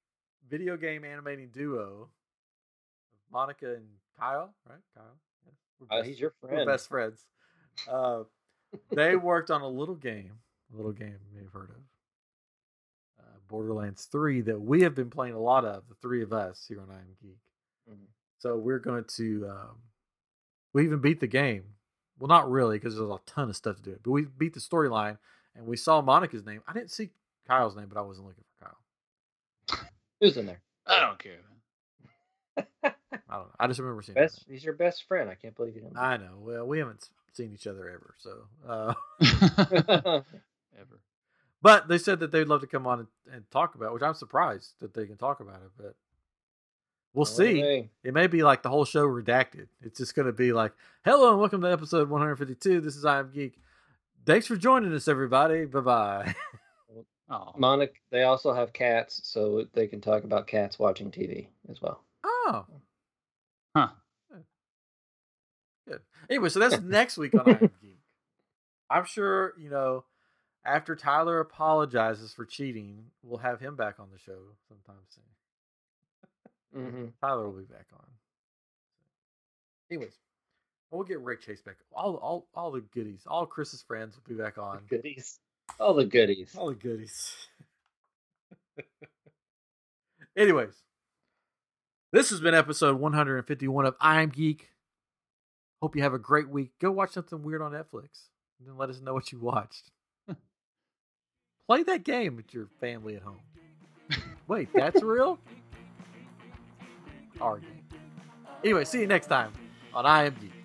video game animating duo, Monica and Kyle, right? Kyle. Yeah. We're
Uh,
best-
he's your
we're
friend.
best friends. Uh, they worked on a little game, a little game you may have heard of, uh, Borderlands Three, that we have been playing a lot of. The three of us here on I Am Geek.
Mhm.
So we're going to. Um, we even beat the game. Well, not really, because there's a ton of stuff to do. But we beat the storyline, and we saw Monica's name. I didn't see Kyle's name, but I wasn't looking for Kyle.
Who's in there?
I don't care.
I don't know. I just remember seeing. her
Best. He's your best friend. I can't believe you
name. I know. Well, we haven't s- seen each other ever, so. Uh,
Ever.
don't.
But they said that they'd love to come on and, and talk about, it, which I'm surprised that they can talk about it. But we'll see. It may be like the whole show redacted. It's just going to be like, "Hello and welcome to episode 152. This is I am Geek. Thanks for joining us, everybody. Bye bye."
Oh.
Monica. They also have cats, so they can talk about cats watching TV as well.
Oh,
Huh.
Good. Anyway, so that's next week on I am Geek. I'm sure you know. After Tyler apologizes for cheating, we'll have him back on the show sometime soon.
Mm-hmm.
Tyler will be back on. Anyways, we'll get Rick Chase back. All all all the goodies. All Chris's friends will be back on.
Goodies. All the goodies.
All the goodies. Anyways, this has been episode 151 of I'm Geek. Hope you have a great week. Go watch something weird on Netflix, and then let us know what you watched. Play that game with your family at home. Wait, that's real? Our game. Anyway, see you next time on I Am Geek.